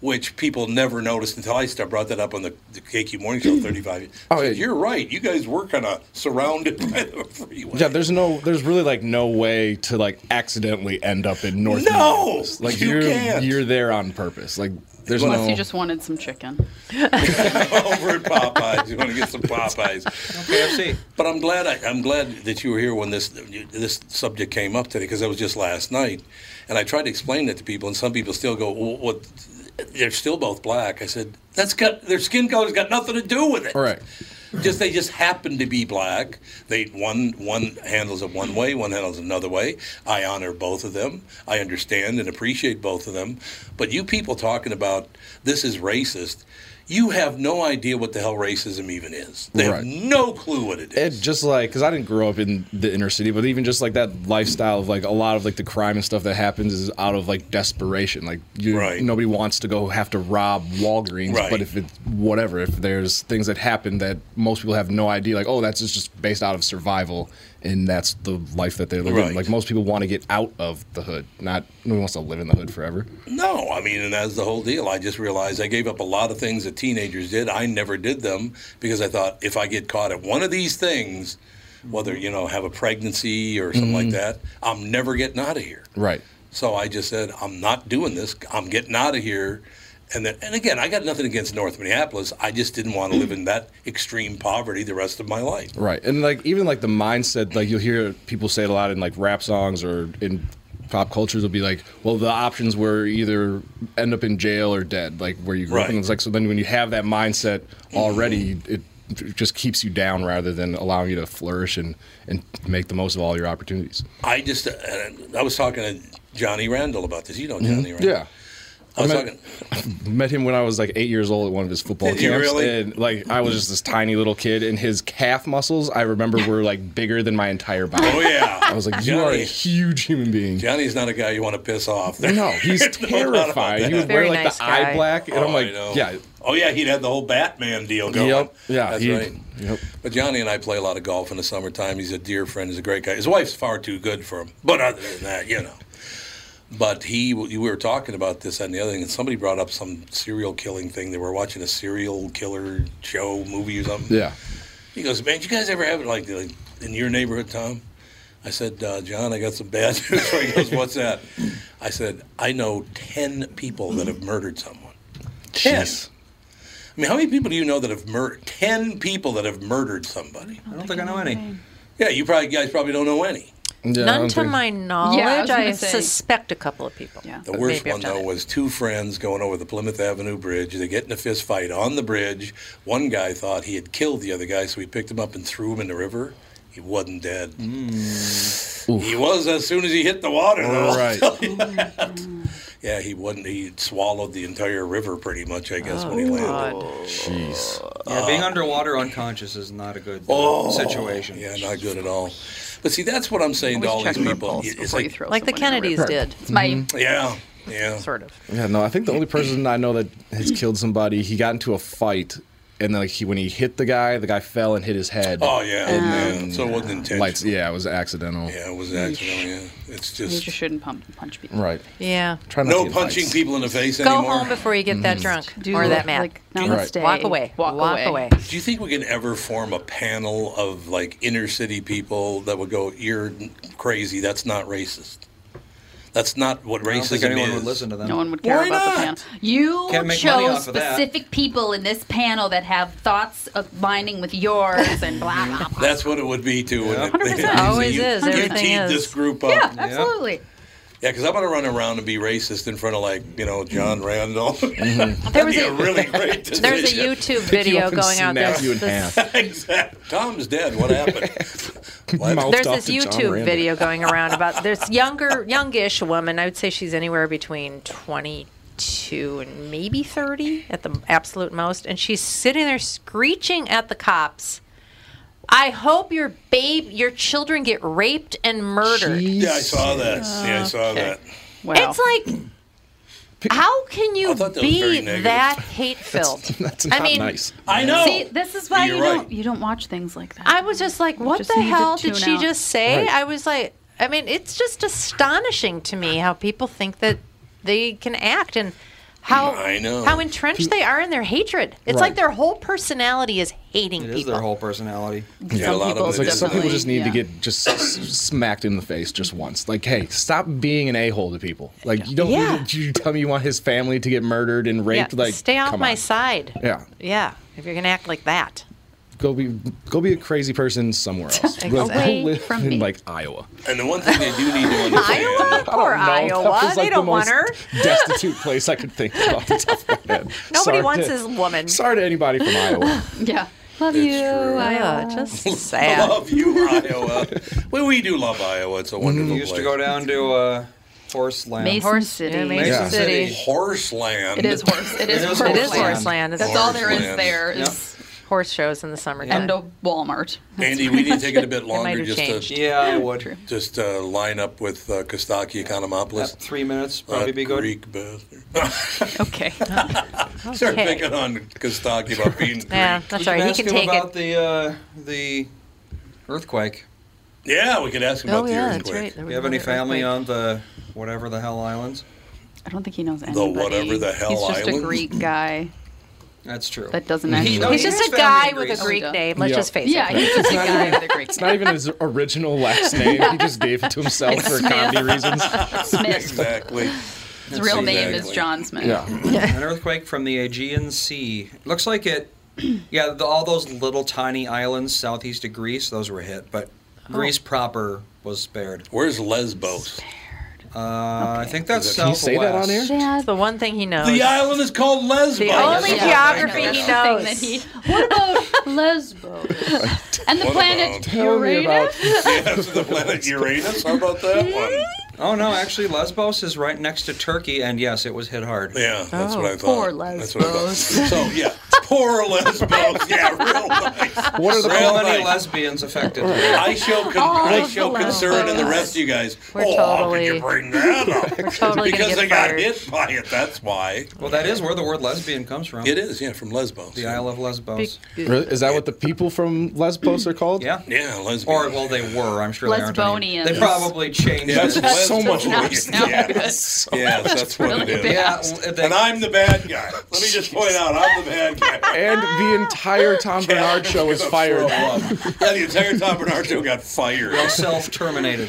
Speaker 1: Which people never noticed until I st- brought that up on the, the KQ Morning Show 35 years.
Speaker 5: Oh, yeah.
Speaker 1: You're right. You guys were kind of surrounded by the freeway.
Speaker 5: Yeah, there's no, there's really like no way to like accidentally end up in North.
Speaker 1: No!
Speaker 5: Minneapolis. like
Speaker 1: You
Speaker 5: are
Speaker 1: can't.
Speaker 5: you're there on purpose. Like there's
Speaker 1: Unless
Speaker 5: no.
Speaker 3: You just wanted some chicken.
Speaker 1: over at Popeyes. You want to get some Popeyes.
Speaker 2: KFC.
Speaker 1: But I'm glad I, I'm glad that you were here when this this subject came up today because that was just last night, and I tried to explain that to people, and some people still go, well, "What? They're still both black." I said, "That's got their skin color's got nothing to do with it.
Speaker 5: all right.
Speaker 1: Just they just happen to be black. They one one handles it one way, one handles it another way. I honor both of them. I understand and appreciate both of them. But you people talking about this is racist, you have no idea what the hell racism even is. They have
Speaker 5: Right.
Speaker 1: no clue what it is.
Speaker 5: it just like because I didn't grow up in the inner city, but even just like that lifestyle of like a lot of like the crime and stuff that happens is out of like desperation. Like you,
Speaker 1: Right.
Speaker 5: nobody wants to go have to rob Walgreens,
Speaker 1: Right.
Speaker 5: but if it's whatever, if there's things that happen that most people have no idea, like oh, that's just- just based out of survival, and that's the life that they're living.
Speaker 1: Right.
Speaker 5: Like most people want to get out of the hood, not nobody wants to live in the hood forever.
Speaker 1: No, I mean, and that's the whole deal. I just realized I gave up a lot of things that teenagers did. I never did them because I thought if I get caught at one of these things, whether you know have a pregnancy or something like that, I'm never getting out of here.
Speaker 5: Mm-hmm. Right.
Speaker 1: So I just said I'm not doing this. I'm getting out of here. And then, and again, I got nothing against North Minneapolis. I just didn't want to live in that extreme poverty the rest of my life.
Speaker 5: Right. And like even like the mindset, like you'll hear people say it a lot in like rap songs or in pop cultures will be like, well, the options were either end up in jail or dead, like where you grew up.
Speaker 1: Right.
Speaker 5: And it's like, so then when you have that mindset already, it just keeps you down rather than allowing you to flourish and, and make the most of all your opportunities.
Speaker 1: I just, and I was talking to Johnny Randall about this. You know Johnny Randall.
Speaker 5: Mm-hmm. Yeah.
Speaker 1: I was
Speaker 5: I
Speaker 1: talking.
Speaker 5: met- met him when I was like eight years old at one of his football
Speaker 1: Did you
Speaker 5: camps,
Speaker 1: really?
Speaker 5: and like I was just this tiny little kid, and his calf muscles I remember were like bigger than my entire body.
Speaker 1: Oh yeah.
Speaker 5: I was like, you are a
Speaker 1: Johnny-
Speaker 5: huge human being.
Speaker 1: Johnny's not a guy you want to piss off.
Speaker 5: No, he's
Speaker 1: No doubt about
Speaker 5: terrifying. He
Speaker 1: that.
Speaker 5: would wear
Speaker 4: Very
Speaker 5: like
Speaker 4: nice
Speaker 5: the
Speaker 4: guy.
Speaker 5: eye black, and
Speaker 1: Oh,
Speaker 5: I'm
Speaker 1: I
Speaker 5: like,
Speaker 1: know.
Speaker 5: yeah,
Speaker 1: Oh yeah, he'd had the whole Batman deal going.
Speaker 5: Yep. Yeah,
Speaker 1: That's
Speaker 5: he-
Speaker 1: right.
Speaker 5: yep.
Speaker 1: But Johnny and I play a lot of golf in the summertime. He's a dear friend. He's a great guy. His wife's far too good for him. But other than that, you know. But he, we were talking about this and the other thing, and somebody brought up some serial killing thing. They were watching a serial killer show, movie, or something.
Speaker 5: yeah.
Speaker 1: He goes, man, did you guys ever have it like, like in your neighborhood, Tom? I said, uh, John, I got some bad news. for you." he goes, what's that? I said, I know ten people that have murdered someone. Ten. I mean, how many people do you know that have murdered? Ten people that have murdered somebody.
Speaker 2: I don't think I know any.
Speaker 1: Yeah, you probably guys probably don't know any.
Speaker 5: Yeah, I
Speaker 4: None
Speaker 5: don't
Speaker 4: to
Speaker 5: think-
Speaker 4: my knowledge.
Speaker 3: gonna
Speaker 4: I
Speaker 3: say-
Speaker 4: suspect a couple of people.
Speaker 3: Yeah.
Speaker 1: The
Speaker 4: that
Speaker 1: worst
Speaker 4: maybe have
Speaker 1: one
Speaker 4: done
Speaker 1: though
Speaker 4: it.
Speaker 1: was two friends going over the Plymouth Avenue Bridge. They get in a fist fight on the bridge. One guy thought he had killed the other guy, so he picked him up and threw him in the river. He wasn't dead. He was as soon as he hit the water. Though. I'll
Speaker 5: Right.
Speaker 1: tell you that. Yeah, he wasn't. He swallowed the entire river pretty much, I guess, when he landed.
Speaker 4: God.
Speaker 5: Jeez.
Speaker 2: Yeah, being underwater unconscious is not a good uh, situation.
Speaker 1: Yeah, not good at all. But see, that's what I'm saying to all
Speaker 3: Always
Speaker 1: these
Speaker 3: check your
Speaker 1: people.
Speaker 3: pulse
Speaker 1: It's
Speaker 3: before you
Speaker 1: like-
Speaker 3: throw
Speaker 4: Like the
Speaker 3: someone in a
Speaker 4: Kennedys
Speaker 3: river.
Speaker 4: did,
Speaker 3: It's my
Speaker 5: Mm-hmm.
Speaker 1: yeah, yeah.
Speaker 4: sort of.
Speaker 5: Yeah, no, I think the only person I know that has killed somebody, he got into a fight, and like he when he hit the guy, the guy fell and hit his head.
Speaker 1: Oh yeah, yeah. So it wasn't intentional.
Speaker 5: Lights, yeah, it was accidental.
Speaker 1: Yeah, it was accidental. Yeah, it's
Speaker 3: you
Speaker 1: just
Speaker 3: just shouldn't pump punch people.
Speaker 5: Right.
Speaker 4: Yeah.
Speaker 5: Try Mm-hmm. not to
Speaker 1: no
Speaker 5: get
Speaker 1: punching
Speaker 5: bites.
Speaker 1: people in the face
Speaker 4: Go
Speaker 1: anymore.
Speaker 4: home before you get that drunk
Speaker 3: Do
Speaker 4: or that
Speaker 3: like-
Speaker 4: mad.
Speaker 3: Like,
Speaker 5: Right.
Speaker 3: namaste.
Speaker 4: Walk away.
Speaker 3: Walk, away.
Speaker 1: Do you think we can ever form a panel of like inner city people that would go, "You're crazy. That's not racist. That's not what
Speaker 2: I don't think
Speaker 1: racism
Speaker 2: anyone
Speaker 1: is."
Speaker 2: would listen to them.
Speaker 3: No one would care
Speaker 1: Why
Speaker 3: about the
Speaker 1: not?
Speaker 3: panel. You
Speaker 2: Can't make money
Speaker 3: chose
Speaker 2: off of that.
Speaker 3: specific people in this panel that have thoughts aligning with yours and blah blah blah.
Speaker 1: That's what it would be too. wouldn't it?
Speaker 3: 100%.
Speaker 1: You-
Speaker 4: Always
Speaker 1: you,
Speaker 4: is.
Speaker 1: You
Speaker 4: Everything
Speaker 1: teed
Speaker 4: is.
Speaker 1: this group up.
Speaker 3: yeah,
Speaker 1: Yeah,
Speaker 3: absolutely.
Speaker 1: because I'm gonna run around and be racist in front of like you know John
Speaker 2: Mm-hmm.
Speaker 1: Randall.
Speaker 4: There
Speaker 1: That'd
Speaker 4: was
Speaker 1: be
Speaker 4: a,
Speaker 1: a really great decision.
Speaker 4: there's a YouTube video going out there.
Speaker 5: snap you in half.
Speaker 1: Exactly. Tom's dead. What happened? What?
Speaker 5: Mouth
Speaker 4: there's
Speaker 5: off
Speaker 4: this
Speaker 5: to John
Speaker 4: YouTube
Speaker 5: Randall.
Speaker 4: video going around about this younger, youngish woman. I would say she's anywhere between 22 and maybe 30 at the absolute most, and she's sitting there screeching at the cops. I hope your babe, your children get raped and murdered.
Speaker 1: Yeah, I saw that. Yeah, I saw that.
Speaker 3: Wow.
Speaker 4: It's like, how can you
Speaker 1: I thought that was very
Speaker 4: be
Speaker 1: negative.
Speaker 4: that hate filled?
Speaker 5: That's
Speaker 4: I
Speaker 5: not
Speaker 4: mean,
Speaker 5: nice.
Speaker 1: I know.
Speaker 3: See, this is why
Speaker 1: You're
Speaker 3: you
Speaker 1: right.
Speaker 3: don't you don't watch things like that.
Speaker 4: I was just like, what
Speaker 3: just
Speaker 4: the
Speaker 3: need to
Speaker 4: hell did
Speaker 3: tune
Speaker 4: she
Speaker 3: out.
Speaker 4: just say?
Speaker 5: Right.
Speaker 4: I was like, I mean, it's just astonishing to me how people think that they can act and how
Speaker 1: I know.
Speaker 4: how entrenched they are in their hatred. It's like
Speaker 5: Right.
Speaker 4: their whole personality is hating
Speaker 2: It
Speaker 4: people.
Speaker 2: is their whole personality.
Speaker 1: Yeah, a lot of
Speaker 5: It's like some people
Speaker 1: Definitely,
Speaker 5: just need to
Speaker 3: yeah.
Speaker 5: get just s- smacked in the face just once. Like, hey, stop being an a hole to people. Like, you don't.
Speaker 4: Yeah.
Speaker 5: Need to, you tell me you want his family to get murdered and
Speaker 4: yeah,
Speaker 5: raped. Like,
Speaker 4: stay off
Speaker 5: come
Speaker 4: my
Speaker 5: on.
Speaker 4: side.
Speaker 5: Yeah,
Speaker 4: Yeah, if you're gonna act like that.
Speaker 5: go be go be a crazy person somewhere else.
Speaker 4: Away
Speaker 5: Go- go live
Speaker 3: from
Speaker 5: in
Speaker 3: me.
Speaker 5: like Iowa.
Speaker 1: And the one thing they do need to understand.
Speaker 4: Iowa? Poor Iowa.
Speaker 5: That was,
Speaker 4: they
Speaker 5: like,
Speaker 4: don't
Speaker 5: the
Speaker 4: want
Speaker 5: most
Speaker 4: her.
Speaker 5: Destitute place I could think of off the top of my head.
Speaker 4: Nobody
Speaker 5: Sorry
Speaker 4: wants
Speaker 5: to-
Speaker 4: his woman.
Speaker 5: Sorry to anybody from Iowa.
Speaker 3: yeah. Love
Speaker 1: It's
Speaker 3: you.
Speaker 1: true.
Speaker 4: Ugh, just
Speaker 1: I
Speaker 4: sad.
Speaker 1: love you, Iowa. well, we do love Iowa. It's a wonderful
Speaker 2: We Mm-hmm. used
Speaker 1: place.
Speaker 2: to go down to uh, Horse Land.
Speaker 3: Mason
Speaker 4: Horse-
Speaker 3: City.
Speaker 4: yeah, Mason
Speaker 2: Mason
Speaker 5: Yeah.
Speaker 2: City.
Speaker 4: City.
Speaker 1: Horse land.
Speaker 3: It is horse. It is
Speaker 2: It is
Speaker 3: horse.
Speaker 4: It
Speaker 2: horse
Speaker 4: is
Speaker 2: Horseland.
Speaker 4: horse land. It's
Speaker 3: That's all there is
Speaker 1: Horseland.
Speaker 3: there is
Speaker 4: horse shows in the summer.
Speaker 3: and a Walmart.
Speaker 1: Andy, we need to take it a bit
Speaker 4: might
Speaker 1: longer
Speaker 4: have
Speaker 1: just
Speaker 4: changed.
Speaker 1: to
Speaker 2: Yeah, I would.
Speaker 1: just uh, line up with uh, Kostaki
Speaker 2: About
Speaker 1: Economopoulos.
Speaker 2: three minutes
Speaker 1: That
Speaker 2: probably be good.
Speaker 1: Greek bastard.
Speaker 3: Okay.
Speaker 1: Start
Speaker 4: Okay.
Speaker 1: picking on Kostaki about being Greek.
Speaker 4: Yeah,
Speaker 1: Yeah.
Speaker 4: that's
Speaker 2: You
Speaker 4: all right. He
Speaker 2: ask
Speaker 4: can
Speaker 2: him
Speaker 4: take
Speaker 2: about
Speaker 4: it.
Speaker 2: the uh, the earthquake.
Speaker 1: we could ask him
Speaker 4: Oh,
Speaker 1: about the earthquake.
Speaker 4: There
Speaker 2: Do
Speaker 4: was
Speaker 2: you have any
Speaker 4: another
Speaker 2: family
Speaker 4: earthquake.
Speaker 2: on the whatever the hell islands?
Speaker 3: I don't think he knows anybody.
Speaker 1: whatever the hell
Speaker 3: He's just
Speaker 1: island?
Speaker 3: a Greek guy
Speaker 2: That's true.
Speaker 3: that doesn't actually.
Speaker 2: knows-
Speaker 4: He's
Speaker 2: He
Speaker 4: just
Speaker 2: has
Speaker 4: a
Speaker 2: family
Speaker 4: guy
Speaker 2: in
Speaker 4: with a
Speaker 2: Greece.
Speaker 4: Greek
Speaker 3: Oh, he
Speaker 4: name. Let's
Speaker 5: Yeah.
Speaker 4: just face
Speaker 3: yeah,
Speaker 4: it.
Speaker 3: he's just a guy with a Greek
Speaker 5: It's not even his original last name. He just gave it to himself for comedy reasons.
Speaker 3: name. Smith.
Speaker 1: Exactly.
Speaker 3: His real name is
Speaker 1: Exactly.
Speaker 3: John Smith.
Speaker 5: Yeah.
Speaker 2: An earthquake from the Aegean Sea. Looks like it. Yeah, the, all those little tiny islands southeast of Greece, those were hit, but Greece proper was spared.
Speaker 1: Where's Lesbos?
Speaker 2: Uh, I think that's
Speaker 5: Can you say that on air?
Speaker 2: Southwest.
Speaker 4: Yeah, the one thing he knows.
Speaker 1: The island is called Lesbos.
Speaker 4: Oh, The only
Speaker 3: Yeah,
Speaker 4: geography
Speaker 3: I know,
Speaker 4: he
Speaker 3: that's
Speaker 4: knows.
Speaker 3: the thing that he-
Speaker 9: What about Lesbos and the
Speaker 1: What
Speaker 9: planet
Speaker 1: about-
Speaker 5: Tell me
Speaker 9: Uranus?
Speaker 5: about-
Speaker 1: Yes, the planet Uranus. How about that one?
Speaker 2: Oh no, actually Lesbos is right next to Turkey, and yes, it was hit hard.
Speaker 1: Yeah, that's what I
Speaker 4: Oh,
Speaker 1: thought.
Speaker 4: poor
Speaker 1: That's what I thought. So yeah, poor Lesbos. Yeah, real nice.
Speaker 5: What are the
Speaker 1: Real
Speaker 2: How many
Speaker 1: nice.
Speaker 2: lesbians affected?
Speaker 1: I show con-
Speaker 4: All
Speaker 1: I
Speaker 4: of
Speaker 1: show
Speaker 4: the
Speaker 1: concern in the
Speaker 4: Lesbos.
Speaker 1: rest of you guys.
Speaker 4: We're
Speaker 1: oh, how can
Speaker 4: totally-
Speaker 1: you bring that up?
Speaker 4: We're totally gonna
Speaker 1: because
Speaker 4: get
Speaker 1: they got
Speaker 4: fired.
Speaker 1: hit by it. That's why
Speaker 2: Well, that is where the word lesbian comes from.
Speaker 1: it is. Yeah, from Lesbos.
Speaker 2: The Isle of Lesbos.
Speaker 5: Really? Is that what the people from Lesbos are called?
Speaker 2: Yeah.
Speaker 1: Yeah, Lesbos.
Speaker 2: Or well, they were. I'm sure they aren't. anymore.
Speaker 3: Lesbonians.
Speaker 2: They probably changed.
Speaker 1: yeah,
Speaker 2: it.
Speaker 1: that's
Speaker 5: so much
Speaker 1: Lesbos.
Speaker 5: worse.
Speaker 1: Yeah, yes, that's what
Speaker 3: really
Speaker 1: it is.
Speaker 3: bad.
Speaker 2: Yeah, well, they-
Speaker 1: And I'm the bad guy. Let me just point out, I'm the bad guy.
Speaker 5: And the entire Tom Bernard show is fired.
Speaker 1: Yeah, the entire Tom Bernard show got fired.
Speaker 2: self-terminated.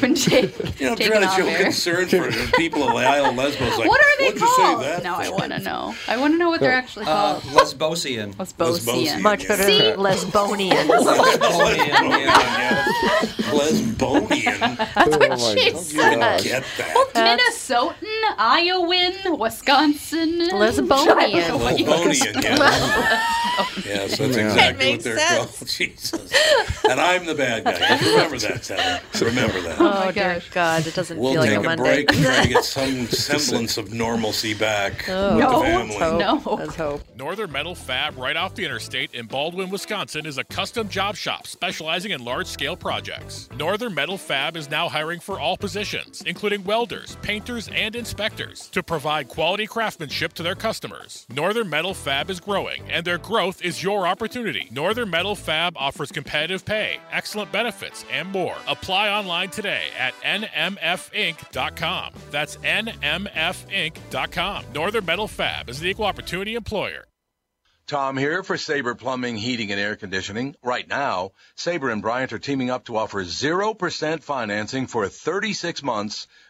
Speaker 3: When Jake-
Speaker 1: You know, I'm
Speaker 3: Taken
Speaker 1: trying to
Speaker 3: off
Speaker 1: show
Speaker 3: air.
Speaker 1: concern for the people of the Isle of Lesbos. Like,
Speaker 3: what are they
Speaker 1: would
Speaker 3: called?
Speaker 1: You say that
Speaker 3: Now I
Speaker 1: for?"
Speaker 3: want to know. I want to know what they're actually
Speaker 2: Uh,
Speaker 3: called.
Speaker 2: Lesbosian.
Speaker 1: Lesbosian.
Speaker 3: Lesbosian.
Speaker 4: Much better
Speaker 1: See?
Speaker 4: than Lesbonians.
Speaker 2: Lesbonian. yeah.
Speaker 1: Lesbonian.
Speaker 5: That's
Speaker 3: Oh,
Speaker 5: what
Speaker 4: she said.
Speaker 1: Get that.
Speaker 9: Minnesotan, Iowan, Wisconsin.
Speaker 4: Lesbonian.
Speaker 1: Lesbonian, yes. yes, that's
Speaker 4: That
Speaker 1: exactly what
Speaker 4: makes
Speaker 1: they're
Speaker 4: sense.
Speaker 1: called. Jesus. And I'm the bad guy. Remember that, Heather. Remember that.
Speaker 4: Oh, dear
Speaker 3: gosh.
Speaker 4: God. It doesn't
Speaker 1: We'll
Speaker 4: feel like
Speaker 1: take
Speaker 4: a
Speaker 1: a,
Speaker 4: Monday.
Speaker 1: break and try to get some semblance of normalcy back with
Speaker 4: No,
Speaker 1: the family.
Speaker 4: Hope.
Speaker 3: No.
Speaker 4: Let's hope.
Speaker 10: Northern Metal Fab, right off the interstate in Baldwin, Wisconsin, is a custom job shop specializing in large scale projects. Northern Metal Fab is now hiring for all positions, including welders, painters, and inspectors, to provide quality craftsmanship to their customers. Northern Metal Fab is growing, and their growth is your opportunity. Northern Metal Fab offers competitive pay, excellent benefits, and more. Apply online today at nmfinc.com. That's nmfinc.com. Northern Metal Fab is an equal opportunity employer.
Speaker 11: Tom here for Sabre Plumbing, Heating, and Air Conditioning. Right now, Sabre and Bryant are teaming up to offer 0% financing for 36 months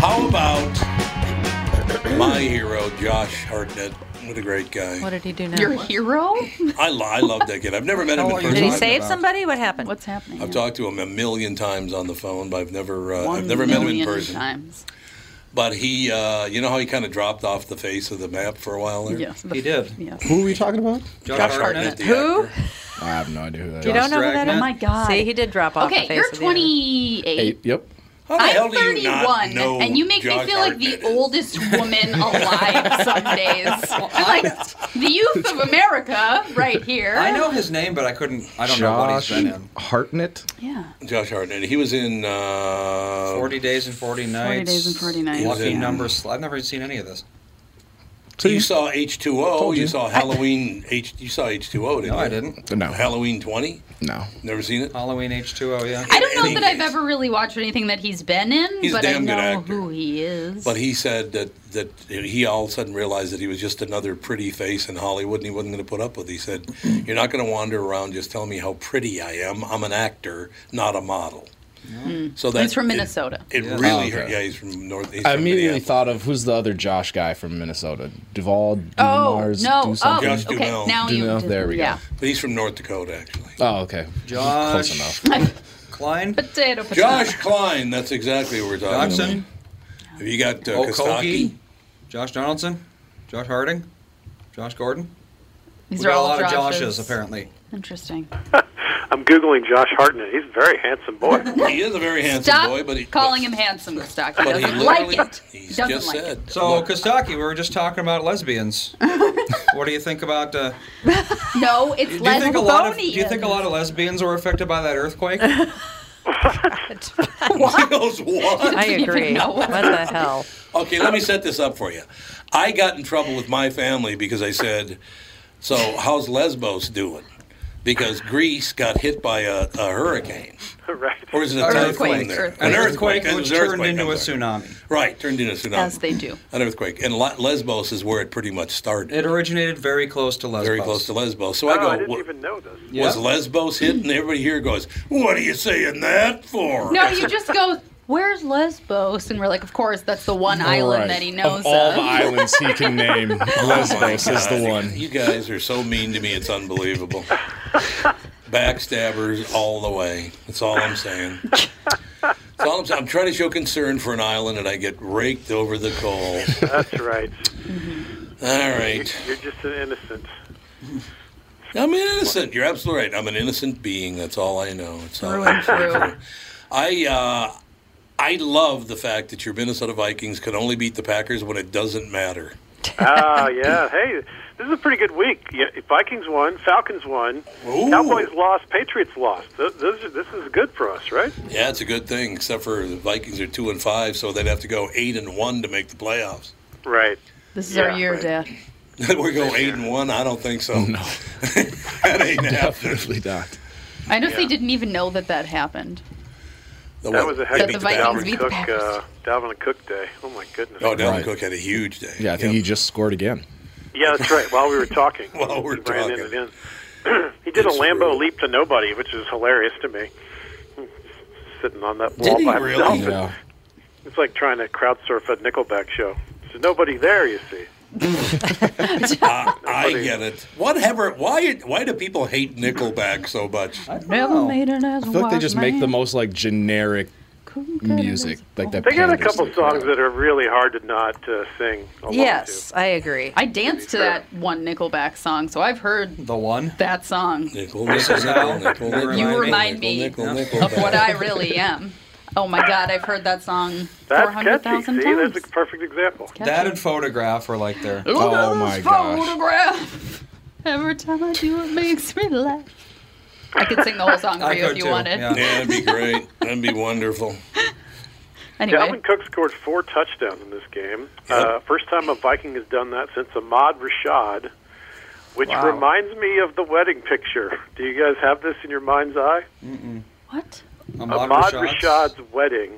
Speaker 1: How about my hero, Josh Hartnett? What a great guy.
Speaker 4: What did he do now?
Speaker 3: Your hero?
Speaker 1: I, lo- I love that kid. I've never met him in
Speaker 2: Oh, you
Speaker 4: Did
Speaker 1: person.
Speaker 4: he
Speaker 2: talking
Speaker 4: save
Speaker 2: about?
Speaker 4: somebody? What happened?
Speaker 3: What's happening?
Speaker 1: I've talked to him a million times on the phone, but I've never uh,
Speaker 3: One
Speaker 1: I've never met him in
Speaker 3: million
Speaker 1: person.
Speaker 3: Times.
Speaker 1: But he, uh, you know how he kind of dropped off the face of the map for a while there.
Speaker 3: Yes.
Speaker 2: He did.
Speaker 3: Yes.
Speaker 5: Who are we talking about?
Speaker 2: Josh,
Speaker 1: Josh Hartnett,
Speaker 2: Hartnett.
Speaker 1: the
Speaker 4: Who?
Speaker 1: actor.
Speaker 5: I have no idea who that is.
Speaker 4: You don't know who that
Speaker 2: Dragnet.
Speaker 4: is?
Speaker 2: Oh,
Speaker 3: my God.
Speaker 4: See, he did drop off.
Speaker 9: Okay,
Speaker 4: the face
Speaker 9: you're
Speaker 4: of the earth.
Speaker 9: 28.
Speaker 5: Eight. Yep.
Speaker 1: How the hell
Speaker 9: I'm
Speaker 1: do you not
Speaker 9: 31,
Speaker 1: know
Speaker 9: and you make
Speaker 1: Josh
Speaker 9: me feel like the
Speaker 1: Hartnett is?
Speaker 9: oldest woman alive some days. I'm like the youth of America, right here.
Speaker 2: I know his name, but I couldn't. I don't know what he's
Speaker 5: Josh
Speaker 2: been in.
Speaker 5: Hartnett.
Speaker 3: Yeah.
Speaker 1: Josh Hartnett. He was in uh,
Speaker 2: Forty days and forty nights.
Speaker 3: 40 days and 40 nights.
Speaker 2: Lucky
Speaker 1: Yeah.
Speaker 2: number. Sl- I've never seen any of this.
Speaker 1: So you saw H two O.
Speaker 5: Told
Speaker 1: You
Speaker 5: you.
Speaker 1: saw Halloween H. You saw H two O, didn't
Speaker 2: No,
Speaker 1: you?
Speaker 2: I didn't.
Speaker 5: No.
Speaker 1: Halloween twenty.
Speaker 5: No.
Speaker 1: Never seen it.
Speaker 2: Halloween H two O. E. Yeah.
Speaker 9: I don't know
Speaker 1: Any
Speaker 9: that I've
Speaker 1: case.
Speaker 9: ever really watched anything that he's been in,
Speaker 1: He's a
Speaker 9: but I
Speaker 1: damn good
Speaker 9: know
Speaker 1: actor.
Speaker 9: who he is.
Speaker 1: But he said that that he all of a sudden realized that he was just another pretty face in Hollywood, and he wasn't going to put up with. it. He said,
Speaker 9: Mm-hmm.
Speaker 1: "You're not going to wander around just telling me how pretty I am. I'm an actor, not a model."
Speaker 9: Mm-hmm.
Speaker 1: So that's
Speaker 3: He's from Minnesota.
Speaker 1: It,
Speaker 2: Yeah.
Speaker 1: really
Speaker 5: Oh, okay.
Speaker 1: hurt. Yeah, he's from North. He's
Speaker 5: I
Speaker 1: from
Speaker 5: immediately
Speaker 1: Minneapolis.
Speaker 5: thought of who's the other Josh guy from Minnesota? Duval,
Speaker 9: oh
Speaker 5: Dumars,
Speaker 9: no!
Speaker 5: do
Speaker 9: Oh,
Speaker 5: something.
Speaker 1: Josh
Speaker 9: okay.
Speaker 1: Duhamel.
Speaker 9: Now you.
Speaker 5: Duhamel, there we go.
Speaker 9: yeah.
Speaker 1: But he's from North Dakota, actually.
Speaker 5: Oh, okay.
Speaker 2: Josh.
Speaker 5: Close enough.
Speaker 2: Klein.
Speaker 9: Potato, potato.
Speaker 1: Josh Klein. That's exactly what we're talking about.
Speaker 2: Johnson.
Speaker 1: Have you got uh,
Speaker 5: Oh,
Speaker 1: Kostaki?
Speaker 2: Okogie. Josh Donaldson. Josh Harding. Josh Gordon.
Speaker 3: These
Speaker 2: we
Speaker 3: are
Speaker 2: got a
Speaker 3: all
Speaker 2: lot
Speaker 3: Josh's.
Speaker 2: of Joshes apparently.
Speaker 3: Interesting.
Speaker 12: I'm googling Josh Hartnett. He's a very handsome boy.
Speaker 1: He is a very handsome
Speaker 9: Stop
Speaker 1: boy, but he,
Speaker 9: calling him
Speaker 1: but-
Speaker 9: handsome, Kostaki.
Speaker 1: But he
Speaker 9: doesn't like
Speaker 1: literally,
Speaker 9: it. He
Speaker 1: he's
Speaker 9: doesn't
Speaker 1: just
Speaker 9: like it.
Speaker 1: said.
Speaker 2: So
Speaker 1: look,
Speaker 2: Kostaki, we were just talking about lesbians. what do you think about? Uh,
Speaker 9: No, it's
Speaker 2: do you
Speaker 9: lesbian.
Speaker 2: think a lot of? Do you think a lot of lesbians were affected by that earthquake?
Speaker 1: he goes, "What?"
Speaker 4: I agree. What the hell?
Speaker 1: Okay, let me set this up for you. I got in trouble with my family because I said, "So how's Lesbos doing?" because Greece got hit by a, a hurricane.
Speaker 12: right.
Speaker 1: Or is it a
Speaker 2: An
Speaker 1: typhoon
Speaker 2: earthquake.
Speaker 1: there?
Speaker 2: Earthquake.
Speaker 1: An
Speaker 2: Earthquake,
Speaker 1: earthquake. It was
Speaker 2: which
Speaker 1: an
Speaker 2: turned
Speaker 1: earthquake,
Speaker 2: into
Speaker 1: I'm
Speaker 2: a
Speaker 1: sorry.
Speaker 2: tsunami.
Speaker 1: Right, turned into a tsunami.
Speaker 3: As they do.
Speaker 1: An earthquake. And Le- Lesbos is where it pretty much started.
Speaker 2: It originated very close to Lesbos.
Speaker 1: Very close to Lesbos. So
Speaker 12: oh,
Speaker 1: I go,
Speaker 12: I didn't
Speaker 1: wa-
Speaker 12: even know this.
Speaker 1: was Lesbos hit? And everybody here goes, what are you saying that for?
Speaker 9: No, you just go. Where's Lesbos? And we're like, of course, that's the one island that he knows of.
Speaker 5: islands he can name,
Speaker 1: Oh
Speaker 5: Lesbos is the one.
Speaker 1: You guys are so mean to me, it's unbelievable. Backstabbers all the way. That's all I'm saying. That's all I'm saying. I'm trying to show concern for an island, and I get raked over the coals. Mm-hmm.
Speaker 12: That's right.
Speaker 1: All right.
Speaker 12: You're just an innocent.
Speaker 1: I'm innocent. You're absolutely right. I'm an innocent being. That's all I know. It's all
Speaker 12: True and true.
Speaker 1: I uh, I love the fact that your Minnesota Vikings can only beat the Packers when it doesn't matter.
Speaker 12: Ah, yeah. Hey, this is a pretty good week. Yeah, Vikings won, Falcons won,
Speaker 1: Ooh.
Speaker 12: Cowboys lost, Patriots lost. Th- This, is- this is good for us, right?
Speaker 1: Yeah, it's a good thing, except for the Vikings are two and five, so they'd have to go eight and one to make the playoffs.
Speaker 12: Right.
Speaker 3: This is our year, Dad.
Speaker 1: we go eight and one. I don't think so. No, that ain't happening.
Speaker 5: Definitely not.
Speaker 9: I honestly didn't even know that that happened.
Speaker 1: The
Speaker 12: that
Speaker 1: what?
Speaker 12: was a
Speaker 9: That
Speaker 12: heck
Speaker 9: the
Speaker 12: of a
Speaker 9: Vikings
Speaker 12: Dalvin
Speaker 9: beat the
Speaker 12: Cook,
Speaker 9: Packers.
Speaker 12: uh, Dalvin Cook day. Oh my goodness.
Speaker 1: Oh, Dalvin
Speaker 5: Right.
Speaker 1: Cook had a huge day.
Speaker 5: Yeah, I think he just scored again.
Speaker 12: Yeah, that's right. While we were talking,
Speaker 1: While we were
Speaker 12: he ran in
Speaker 1: talking.
Speaker 12: and in. he did
Speaker 1: It's
Speaker 12: a Lambo
Speaker 1: brutal.
Speaker 12: leap to nobody, which is hilarious to me. Sitting on that wall
Speaker 1: Did he
Speaker 12: by
Speaker 1: really?
Speaker 12: himself, and
Speaker 5: Yeah.
Speaker 12: it's like trying to crowd surf a Nickelback show. There's nobody there, you see.
Speaker 1: I, I get it. Whatever. Why? Why do people hate Nickelback so much?
Speaker 3: Never made it as
Speaker 5: I feel like they just make the most like generic music, like that.
Speaker 12: They got a
Speaker 5: panders
Speaker 12: couple
Speaker 5: to the crowd.
Speaker 12: songs that are really hard to not uh, sing. Along
Speaker 4: Yes, I agree.
Speaker 9: I danced to that one Nickelback song, so I've heard
Speaker 2: The one.
Speaker 9: that song
Speaker 1: Nickel,
Speaker 2: This
Speaker 1: nickel,
Speaker 2: is how
Speaker 1: nickel, nickel,
Speaker 2: you
Speaker 1: nickel,
Speaker 9: You
Speaker 1: nickel,
Speaker 9: remind
Speaker 1: nickel,
Speaker 9: me
Speaker 1: nickel, nickel,
Speaker 9: of what
Speaker 1: back.
Speaker 9: I really am. Oh my God, I've heard that song
Speaker 12: to.
Speaker 9: four
Speaker 12: That's
Speaker 9: hundred
Speaker 12: catchy.
Speaker 9: thousand
Speaker 12: See,
Speaker 9: times.
Speaker 12: that's a perfect example.
Speaker 2: That and photograph were like their
Speaker 9: Look at
Speaker 5: Oh
Speaker 9: this
Speaker 5: my gosh.
Speaker 9: photograph. Every time I do it, makes me laugh. I could sing the whole song for
Speaker 2: I
Speaker 9: you if
Speaker 2: could
Speaker 9: you
Speaker 2: too,
Speaker 9: wanted.
Speaker 2: yeah.
Speaker 1: Yeah, that'd be great. That'd be wonderful.
Speaker 9: Anyway,
Speaker 12: Dalvin Cook scored four touchdowns in this game.
Speaker 1: Yep.
Speaker 12: Uh, first time a Viking has done that since Ahmad Rashad, which reminds me of the wedding picture. Do you guys have this in your mind's eye?
Speaker 9: what?
Speaker 2: Ahmad
Speaker 12: Ahmad
Speaker 2: Rashad's-
Speaker 12: Rashad's wedding.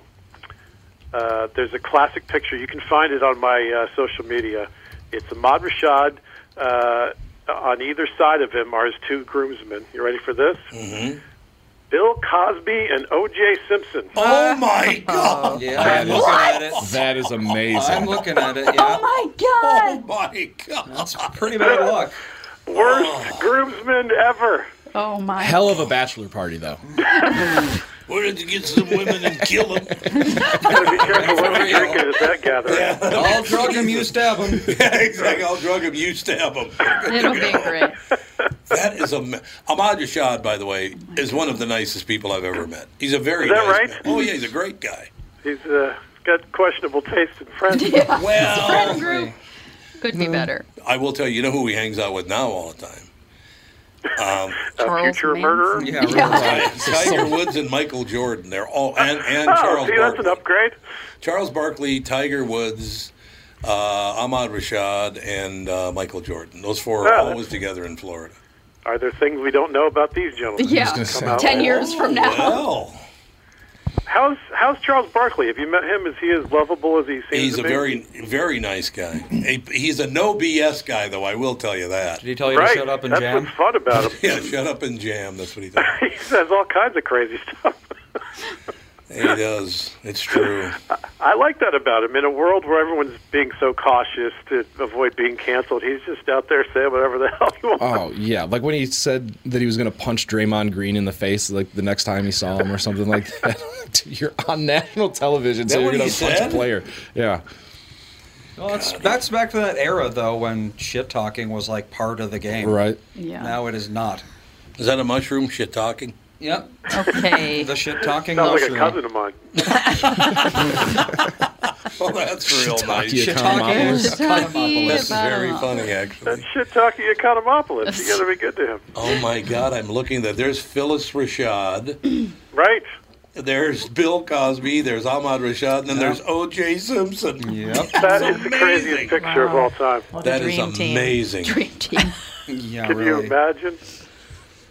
Speaker 12: Uh, there's a classic picture. You can find it on my uh, social media. It's Ahmad Rashad. Uh, on either side of him are his two groomsmen. You ready for this? Mm-hmm. Bill Cosby and O.J. Simpson.
Speaker 9: Uh,
Speaker 1: Oh my God!
Speaker 2: Yeah, I'm looking at it.
Speaker 5: That is amazing.
Speaker 2: I'm looking at it. Yeah,
Speaker 9: Oh my
Speaker 1: Oh my God!
Speaker 2: that's pretty bad luck.
Speaker 12: Worst groomsmen ever.
Speaker 9: God! Oh my!
Speaker 5: Hell of a bachelor party though.
Speaker 1: Where did you get some women and kill them?
Speaker 12: Gotta be careful what we're drinking at that gathering.
Speaker 2: I'll drug him, you stab him.
Speaker 1: Yeah, exactly. I'll drug him. You stab him.
Speaker 9: It'll be great.
Speaker 1: That is a ma- Ahmad Rashad, by the way, is one of the nicest people I've ever met. He's a very
Speaker 12: Is that
Speaker 1: nice
Speaker 12: right?
Speaker 1: man. Oh yeah, he's a great guy.
Speaker 12: He's uh, got questionable taste in friends.
Speaker 1: Well,
Speaker 9: Group could be better.
Speaker 1: I will tell you, you know who he hangs out with now all the time?
Speaker 12: a
Speaker 9: Charles
Speaker 12: future
Speaker 9: Manson.
Speaker 12: murderer.
Speaker 2: Yeah, really.
Speaker 1: Tiger Woods and Michael Jordan. They're all and and
Speaker 12: Oh,
Speaker 1: Charles
Speaker 12: see, that's an
Speaker 1: Barkley.
Speaker 12: upgrade.
Speaker 1: Charles Barkley, Tiger Woods, uh, Ahmad Rashad, and uh, Michael Jordan. Those four are
Speaker 12: Oh,
Speaker 1: always together in Florida.
Speaker 12: Are there things we don't know about these gentlemen?
Speaker 9: Yeah,
Speaker 5: gonna say-
Speaker 12: out
Speaker 9: ten
Speaker 12: later?
Speaker 9: years from now.
Speaker 1: Well,
Speaker 12: How's how's Charles Barkley? Have you met him? Is he as lovable as he seems?
Speaker 1: he's
Speaker 12: to
Speaker 1: a
Speaker 12: be?
Speaker 1: very very nice guy. A, he's a no BS guy, though. I will tell you that.
Speaker 2: Did he tell you
Speaker 12: right.
Speaker 2: to shut up and
Speaker 12: that's
Speaker 2: jam?
Speaker 12: what's fun about him.
Speaker 1: Yeah, shut up and jam. That's what he does.
Speaker 12: he says all kinds of crazy stuff.
Speaker 1: He does. It's true.
Speaker 12: I like that about him. In a world where everyone's being so cautious to avoid being canceled, he's just out there saying whatever the hell he wants.
Speaker 5: Oh yeah, like when he said that he was gonna punch Draymond Green in the face, like the next time he saw him or something like that. Dude, you're on national television, so
Speaker 1: That
Speaker 5: you're
Speaker 1: what
Speaker 5: gonna
Speaker 1: he
Speaker 5: punch
Speaker 1: said?
Speaker 5: a player. Yeah,
Speaker 2: Well, that's, that's back to that era though, when shit talking was like part of the game.
Speaker 5: right.
Speaker 9: Yeah.
Speaker 2: Now it is not.
Speaker 1: Is that a mushroom shit talking?
Speaker 2: Yep.
Speaker 9: Okay.
Speaker 2: The shit talking
Speaker 12: Sounds like a
Speaker 2: mushroom.
Speaker 12: cousin of mine.
Speaker 1: Well, Oh, that's real nice.
Speaker 5: Shiitake
Speaker 2: Shiitake.
Speaker 5: Economopoulos.
Speaker 9: Talking
Speaker 1: That's
Speaker 9: about-
Speaker 1: very funny, actually.
Speaker 12: That shit talking Economopoulos. You got to be good to him,
Speaker 1: Oh my God, I'm looking that. There's Phyllis Rashad.
Speaker 12: right?
Speaker 1: There's Bill Cosby. There's Ahmad Rashad, and then there's O.J. Simpson.
Speaker 2: Yep.
Speaker 12: That
Speaker 1: It's
Speaker 12: is the craziest
Speaker 1: amazing.
Speaker 12: picture of all time.
Speaker 4: What a
Speaker 1: That is
Speaker 4: dream team.
Speaker 1: amazing.
Speaker 9: Dream team.
Speaker 2: Yeah,
Speaker 12: Can you
Speaker 2: really.
Speaker 12: imagine?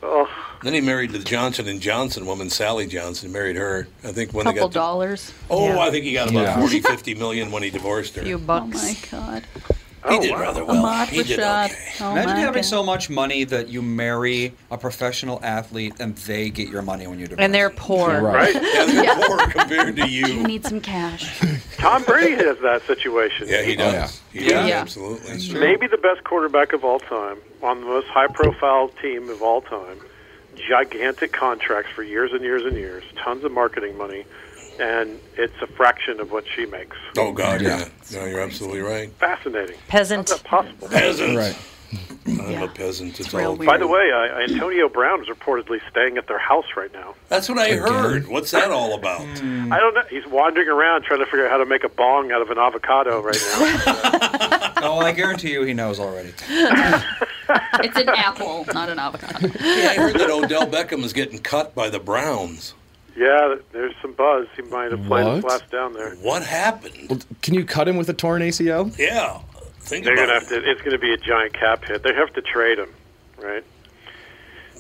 Speaker 12: Oh,
Speaker 1: Then he married the Johnson and Johnson woman, Sally Johnson. Married her. I think when
Speaker 3: couple
Speaker 1: they got.
Speaker 3: dollars.
Speaker 1: oh,
Speaker 3: Yeah.
Speaker 1: I think he got about
Speaker 3: Yeah.
Speaker 1: forty, fifty million 40, 50 million when he divorced her.
Speaker 3: few bucks.
Speaker 9: Oh my god.
Speaker 1: he did rather well.
Speaker 9: Ahmad
Speaker 1: he did
Speaker 9: Rashad.
Speaker 1: okay.
Speaker 9: Oh
Speaker 2: Imagine
Speaker 9: my
Speaker 2: having
Speaker 9: God.
Speaker 2: so much money that you marry a professional athlete and they get your money when you divorce.
Speaker 4: And they're poor.
Speaker 1: Right. Yeah, they're poor compared to you.
Speaker 9: You need some cash.
Speaker 12: Tom Brady has that situation.
Speaker 1: Yeah, he does. He does,
Speaker 9: Yeah.
Speaker 1: absolutely.
Speaker 12: Maybe the best quarterback of all time on the most high profile team of all time. Gigantic contracts for years and years and years, tons of marketing money, and it's a fraction of what she makes.
Speaker 1: Oh God, yeah. No, you're absolutely right.
Speaker 12: Fascinating.
Speaker 4: Peasant.
Speaker 12: possible?
Speaker 1: Peasant.
Speaker 5: Right.
Speaker 1: I'm a peasant. It's, all.
Speaker 12: By the way, uh, Antonio Brown is reportedly staying at their house right now.
Speaker 1: That's what I heard. What's that all about?
Speaker 12: I don't know. He's wandering around trying to figure out how to make a bong out of an avocado right now.
Speaker 2: Oh, I guarantee you he knows already.
Speaker 9: it's an apple, not an avocado.
Speaker 1: Yeah, I heard that Odell Beckham is getting cut by the Browns.
Speaker 12: yeah, there's some buzz. He might have played his
Speaker 5: What?
Speaker 12: last down there.
Speaker 1: What happened?
Speaker 5: Well, can you cut him with a torn ACL?
Speaker 1: Yeah, think
Speaker 12: They're
Speaker 1: about
Speaker 12: gonna
Speaker 1: it.
Speaker 12: have to. It's gonna be a giant cap hit. They have to trade him, right?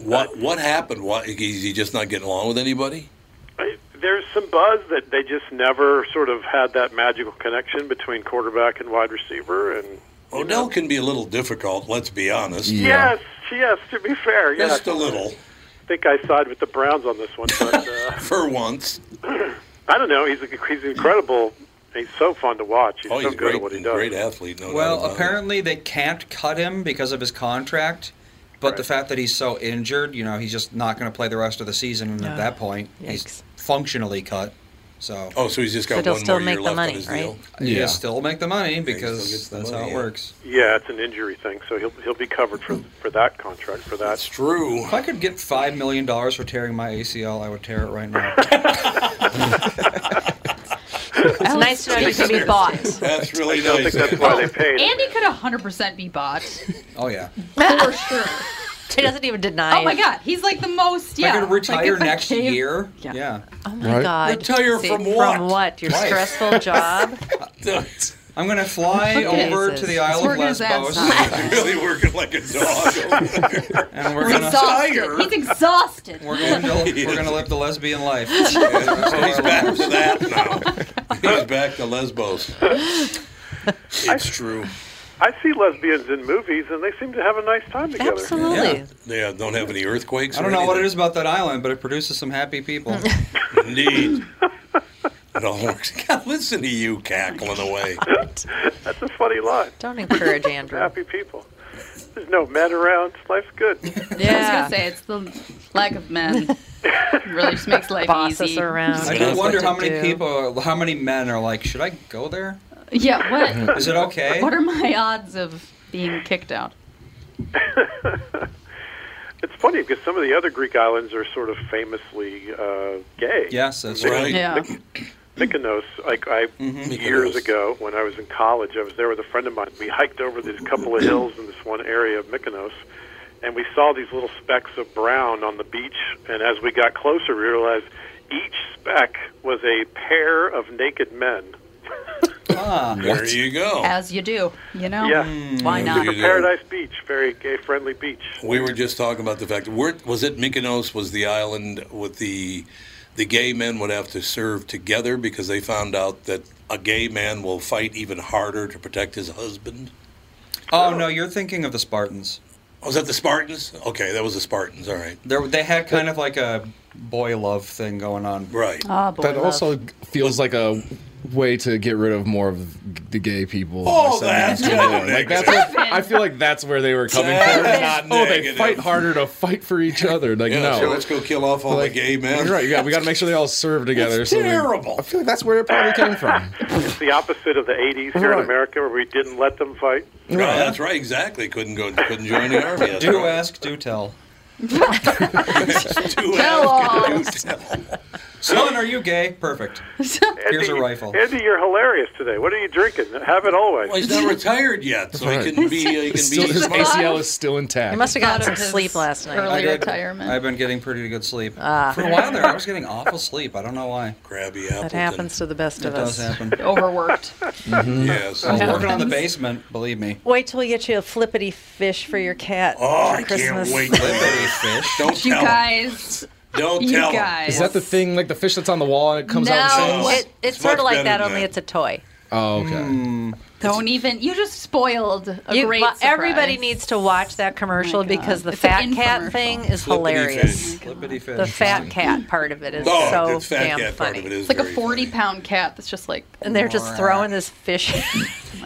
Speaker 1: What What happened? What is he just not getting along with anybody?
Speaker 12: I- There's some buzz that they just never sort of had that magical connection between quarterback and wide receiver. And
Speaker 1: Odell can be a little difficult. Let's be honest.
Speaker 12: yes, yes. To be fair, yes,
Speaker 1: just a little
Speaker 12: I think I side with the Browns on this one, but uh,
Speaker 1: for once.
Speaker 12: I don't know. He's he's incredible. He's so fun to watch. He's
Speaker 1: Oh,
Speaker 12: so
Speaker 1: he's a
Speaker 12: good
Speaker 1: great,
Speaker 12: at what he does.
Speaker 1: great athlete. No doubt
Speaker 2: Well,
Speaker 1: about it.
Speaker 2: apparently they can't cut him because of his contract, but the fact that he's so injured, you know, he's just not going to play the rest of the season. And
Speaker 4: No.
Speaker 2: at that point, he's functionally cut. So.
Speaker 1: Oh, so he's just
Speaker 4: So
Speaker 1: got
Speaker 4: they'll
Speaker 1: one
Speaker 4: still
Speaker 1: more
Speaker 4: make
Speaker 1: year
Speaker 4: the
Speaker 1: left
Speaker 4: money,
Speaker 1: on his
Speaker 4: right?
Speaker 1: deal.
Speaker 2: He'll
Speaker 1: Yeah.
Speaker 2: still make the money because
Speaker 1: gets the
Speaker 2: that's
Speaker 1: money,
Speaker 2: how it
Speaker 1: yeah.
Speaker 2: works.
Speaker 12: Yeah, it's an injury thing, so he'll he'll be covered for for that contract for that.
Speaker 1: That's true.
Speaker 2: If I could get five million dollars for tearing my ACL, I would tear it right now.
Speaker 4: It's nice to know you can be bought.
Speaker 1: That's really
Speaker 12: I
Speaker 1: nice.
Speaker 12: think that's why they paid. him.
Speaker 9: Andy could 100% be bought.
Speaker 2: Oh yeah.
Speaker 9: For sure.
Speaker 4: He doesn't even deny
Speaker 9: Oh my
Speaker 4: it.
Speaker 9: god, he's like the most.
Speaker 2: If
Speaker 9: Yeah.
Speaker 2: I could retire
Speaker 9: Like, if I
Speaker 2: next
Speaker 9: gave-
Speaker 2: year. Yeah.
Speaker 4: Oh my God.
Speaker 1: Retire
Speaker 4: See,
Speaker 1: from what?
Speaker 4: From what? Your
Speaker 2: Life.
Speaker 4: stressful job?
Speaker 2: I'm gonna fly
Speaker 9: Look at
Speaker 2: over
Speaker 4: his-
Speaker 2: to the
Speaker 4: he's
Speaker 2: Isle of
Speaker 9: working his
Speaker 2: Lesbos,
Speaker 9: ass
Speaker 1: I'm really working like a dog.
Speaker 2: and we're
Speaker 9: He's
Speaker 2: gonna
Speaker 9: exhausted. He's exhausted.
Speaker 2: we're going to we're gonna live the lesbian life. uh, He's
Speaker 1: back to that now. He's back to Lesbos. It's true.
Speaker 12: I see lesbians in movies, and they seem to have a nice time together.
Speaker 4: Absolutely.
Speaker 1: They uh, don't have any earthquakes.
Speaker 2: I don't know what it is about that island, but it produces some happy people.
Speaker 1: it is. Indeed. It all works. God, listen to you cackling away.
Speaker 12: That's a funny line.
Speaker 4: Don't encourage Andrew.
Speaker 12: Happy people. There's no men around. Life's good.
Speaker 9: I was gonna
Speaker 4: Yeah.
Speaker 9: say it's the lack of men really just makes life
Speaker 4: Boss us
Speaker 9: easy.
Speaker 4: around.
Speaker 2: I
Speaker 1: That's
Speaker 2: do
Speaker 1: what
Speaker 2: wonder
Speaker 4: to
Speaker 2: how many
Speaker 4: do.
Speaker 2: people, how many men are like, should I go there?
Speaker 9: Yeah. What?
Speaker 2: Is it okay?
Speaker 9: What are my odds of being kicked out?
Speaker 12: It's funny because some of the other Greek islands are sort of famously uh, gay.
Speaker 2: Yes, that's
Speaker 1: Right.
Speaker 2: right.
Speaker 9: Yeah.
Speaker 12: Mykonos, like I
Speaker 2: Mm-hmm.
Speaker 12: years ago when I was in college, I was there with a friend of mine. We hiked over these couple of hills in this one area of Mykonos, and we saw these little specks of brown on the beach. And as we got closer, we realized each speck was a pair of naked men.
Speaker 2: Ah,
Speaker 1: There you go.
Speaker 9: As you do. You know.
Speaker 12: Yeah, Mm.
Speaker 9: Why
Speaker 1: Look
Speaker 9: not?
Speaker 1: at
Speaker 12: Paradise Beach, very gay-friendly beach.
Speaker 1: We were just talking about the fact. Were, was it Mykonos? Was the island with the the gay men would have to serve together because they found out that a gay man will fight even harder to protect his husband.
Speaker 2: Oh no, you're thinking of the Spartans.
Speaker 1: Oh, was that the Spartans? Okay, that was the Spartans. All right,
Speaker 2: They're, they had kind of like a boy love thing going on.
Speaker 1: right.
Speaker 3: Oh,
Speaker 9: Ah, boy,
Speaker 5: That
Speaker 9: love.
Speaker 5: also feels like a way to get rid of more of the gay people.
Speaker 1: Oh,
Speaker 5: Or something.
Speaker 1: that's good.
Speaker 5: Like that's what, I feel like that's where they were coming from.
Speaker 1: Not
Speaker 5: Oh, they
Speaker 1: negative.
Speaker 5: fight harder to fight for each other. Like
Speaker 1: Yeah,
Speaker 5: no,
Speaker 1: so let's go kill off all
Speaker 5: like
Speaker 1: the gay men.
Speaker 5: You're right. You got, we got to make sure they all serve together.
Speaker 1: That's
Speaker 5: so we-
Speaker 1: terrible.
Speaker 5: I feel like that's where it probably came from.
Speaker 12: It's the opposite of the '80s here in
Speaker 5: Right.
Speaker 12: America, where we didn't let them fight.
Speaker 1: No, that's right. Exactly. Couldn't go. Couldn't join the army. That's
Speaker 2: Do
Speaker 1: right.
Speaker 2: ask, do tell.
Speaker 1: Do
Speaker 9: Tell
Speaker 1: ask. Do tell.
Speaker 2: Son, are you gay? Perfect. Here's a rifle.
Speaker 12: Andy, you're hilarious today. What are you drinking? Have it always.
Speaker 1: Well, he's not retired yet, so he can be. Uh, he can
Speaker 5: Still,
Speaker 1: be
Speaker 5: his ACL is still intact.
Speaker 4: You must have gotten some sleep last night.
Speaker 2: I did. I've been getting pretty good sleep.
Speaker 4: Ah.
Speaker 2: For a while there, I was getting awful sleep. I don't know why.
Speaker 1: Crabby
Speaker 4: That happens to the best
Speaker 2: It
Speaker 4: of
Speaker 2: does
Speaker 4: us.
Speaker 2: happen.
Speaker 3: Overworked.
Speaker 5: Mm-hmm.
Speaker 1: Yes.
Speaker 2: I'm
Speaker 1: Overworked.
Speaker 2: working on the basement. Believe me.
Speaker 4: Wait till we get you a flippity fish for your cat
Speaker 1: Oh,
Speaker 4: for
Speaker 1: I
Speaker 4: Christmas.
Speaker 1: can't wait to live fish. Don't
Speaker 3: You
Speaker 1: tell him.
Speaker 3: guys.
Speaker 1: Don't
Speaker 3: you
Speaker 1: tell him.
Speaker 3: guys.
Speaker 5: Is that the thing, like the fish that's on the wall and it comes out and
Speaker 3: No.
Speaker 5: sings?
Speaker 4: It, it's
Speaker 3: It's
Speaker 4: sort of
Speaker 3: much
Speaker 4: like
Speaker 3: better
Speaker 4: that,
Speaker 3: than
Speaker 4: only
Speaker 3: that.
Speaker 4: it's a toy.
Speaker 5: Oh, okay.
Speaker 3: Don't even. You just spoiled a
Speaker 4: You-
Speaker 3: great.
Speaker 4: well, everybody
Speaker 3: surprise.
Speaker 4: needs to watch that commercial because the
Speaker 3: It's
Speaker 4: fat
Speaker 3: an
Speaker 4: cat thing is hilarious.
Speaker 2: Flippity fish.
Speaker 4: The fat cat part of it is
Speaker 1: Oh,
Speaker 4: so
Speaker 1: the fat
Speaker 4: damn
Speaker 1: cat part
Speaker 4: funny.
Speaker 1: of it is
Speaker 3: It's like a
Speaker 1: very
Speaker 3: 40 pound cat that's just like.
Speaker 4: and they're just throwing this fish.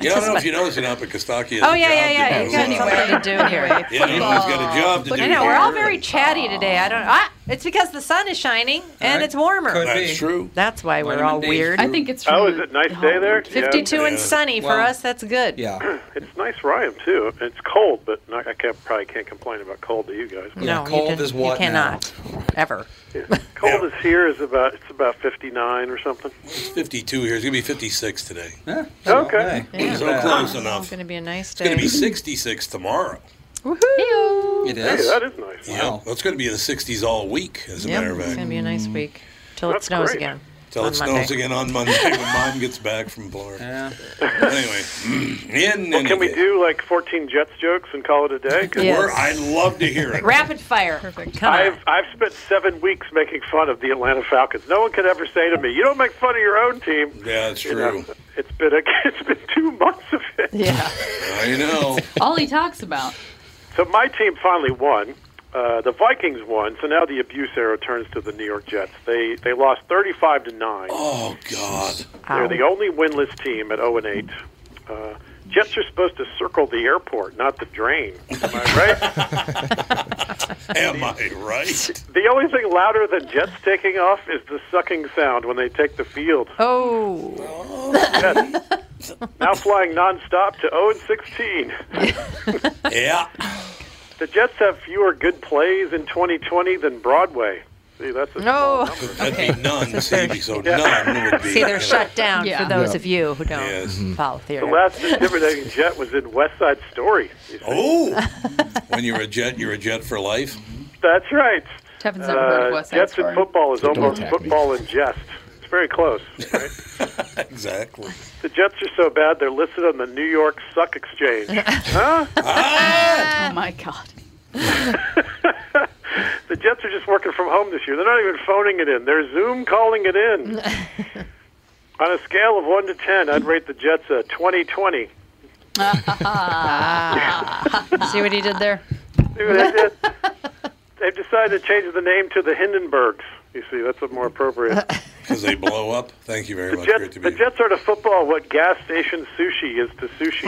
Speaker 1: Yeah, I don't know if you noticed it up at Kostaki.
Speaker 4: oh yeah, yeah, yeah. You got something to do here.
Speaker 1: Yeah, everyone's got a job to do.
Speaker 4: I know we're all
Speaker 1: here.
Speaker 4: very chatty today. I don't. Ah, it's because the sun is shining and it's warmer.
Speaker 1: Could That's be. true.
Speaker 4: That's why we're
Speaker 1: Vitamin
Speaker 4: all
Speaker 1: D.
Speaker 4: weird.
Speaker 1: I think
Speaker 4: it's.
Speaker 12: Oh, is it nice day there? Yeah.
Speaker 4: 52 and sunny for
Speaker 12: Well,
Speaker 4: us. That's good.
Speaker 2: Yeah.
Speaker 12: It's nice where I am too. It's cold, but not, I can't, probably can't complain about cold to you guys. but-
Speaker 4: No, you, didn't- you cannot ever.
Speaker 12: Cold is here is about it's about 59 or something.
Speaker 1: It's 52 here. It's gonna be 56 today.
Speaker 12: okay.
Speaker 1: So close enough.
Speaker 4: It's going to be a nice
Speaker 1: It's
Speaker 4: day.
Speaker 1: gonna be 66 tomorrow.
Speaker 4: Woohoo!
Speaker 2: It
Speaker 12: Hey, that is nice.
Speaker 1: Yeah, well, it's gonna be in the 60s all week. As a
Speaker 4: Yep,
Speaker 1: matter of
Speaker 4: it's
Speaker 1: fact.
Speaker 4: going to be a nice week till it snows
Speaker 12: great.
Speaker 4: again.
Speaker 1: Till
Speaker 4: on
Speaker 1: it
Speaker 4: Monday.
Speaker 1: snows again on Monday when mom gets back from Florida. anyway, mm, in
Speaker 12: Well,
Speaker 1: any
Speaker 12: can we
Speaker 1: case,
Speaker 12: do like 14 Jets jokes and call it a day? 'Cause
Speaker 1: we're- I'd love to hear it.
Speaker 4: Rapid fire. Perfect. Come on.
Speaker 12: I've I've spent seven weeks making fun of the Atlanta Falcons. No one could ever say to me, "You don't make fun of your own team."
Speaker 1: Yeah, it's
Speaker 12: You know,
Speaker 1: true.
Speaker 12: it's been a, it's been two months of it.
Speaker 4: Yeah.
Speaker 1: I know.
Speaker 3: All he talks about.
Speaker 12: So my team finally won. Uh, the Vikings won, so now the abuse arrow turns to the New York Jets. They they lost thirty-five to nine.
Speaker 1: Oh God.
Speaker 12: They're the only winless team at zero and eight. Uh, Jets are supposed to circle the airport, not the drain. Am I right?
Speaker 1: Am I right?
Speaker 12: the only thing louder than Jets taking off is the sucking sound when they take the field.
Speaker 4: Oh.
Speaker 12: Now flying nonstop to zero and sixteen.
Speaker 1: Yeah.
Speaker 12: The Jets have fewer good plays in 2020 than Broadway. See, that's
Speaker 4: Oh.
Speaker 12: a small
Speaker 4: No.
Speaker 12: number.
Speaker 1: That'd be none. See, it'd be so none would be.
Speaker 4: See, they're shut down
Speaker 3: Yeah.
Speaker 4: for those
Speaker 5: Yeah.
Speaker 4: of you who don't
Speaker 1: Yes.
Speaker 4: follow
Speaker 12: The
Speaker 4: theater.
Speaker 12: last intimidating Jet was in West Side Story. you see.
Speaker 1: Oh. when you're a jet, you're a jet for life.
Speaker 12: That's right.
Speaker 3: Tevin's never heard of
Speaker 12: Uh,
Speaker 3: West Side
Speaker 12: Jets
Speaker 3: Story.
Speaker 12: in football is
Speaker 5: Don't
Speaker 12: almost
Speaker 5: attack me.
Speaker 12: football in jest. It's very close. Right?
Speaker 1: Exactly.
Speaker 12: the Jets are so bad they're listed on the New York Suck Exchange. huh?
Speaker 3: oh my god.
Speaker 12: The Jets are just working from home this year. They're not even phoning it in. They're Zoom calling it in. On a scale of one to ten, I'd rate the Jets a 2020.
Speaker 4: See what he did there?
Speaker 12: See what I did? They've decided to change the name to the Hindenburgs. You see, that's a more appropriate.
Speaker 1: Because they blow up. Thank you very much. Great
Speaker 12: Jets,
Speaker 1: to
Speaker 12: the
Speaker 1: be here.
Speaker 12: Jets are to football what gas station sushi is to sushi.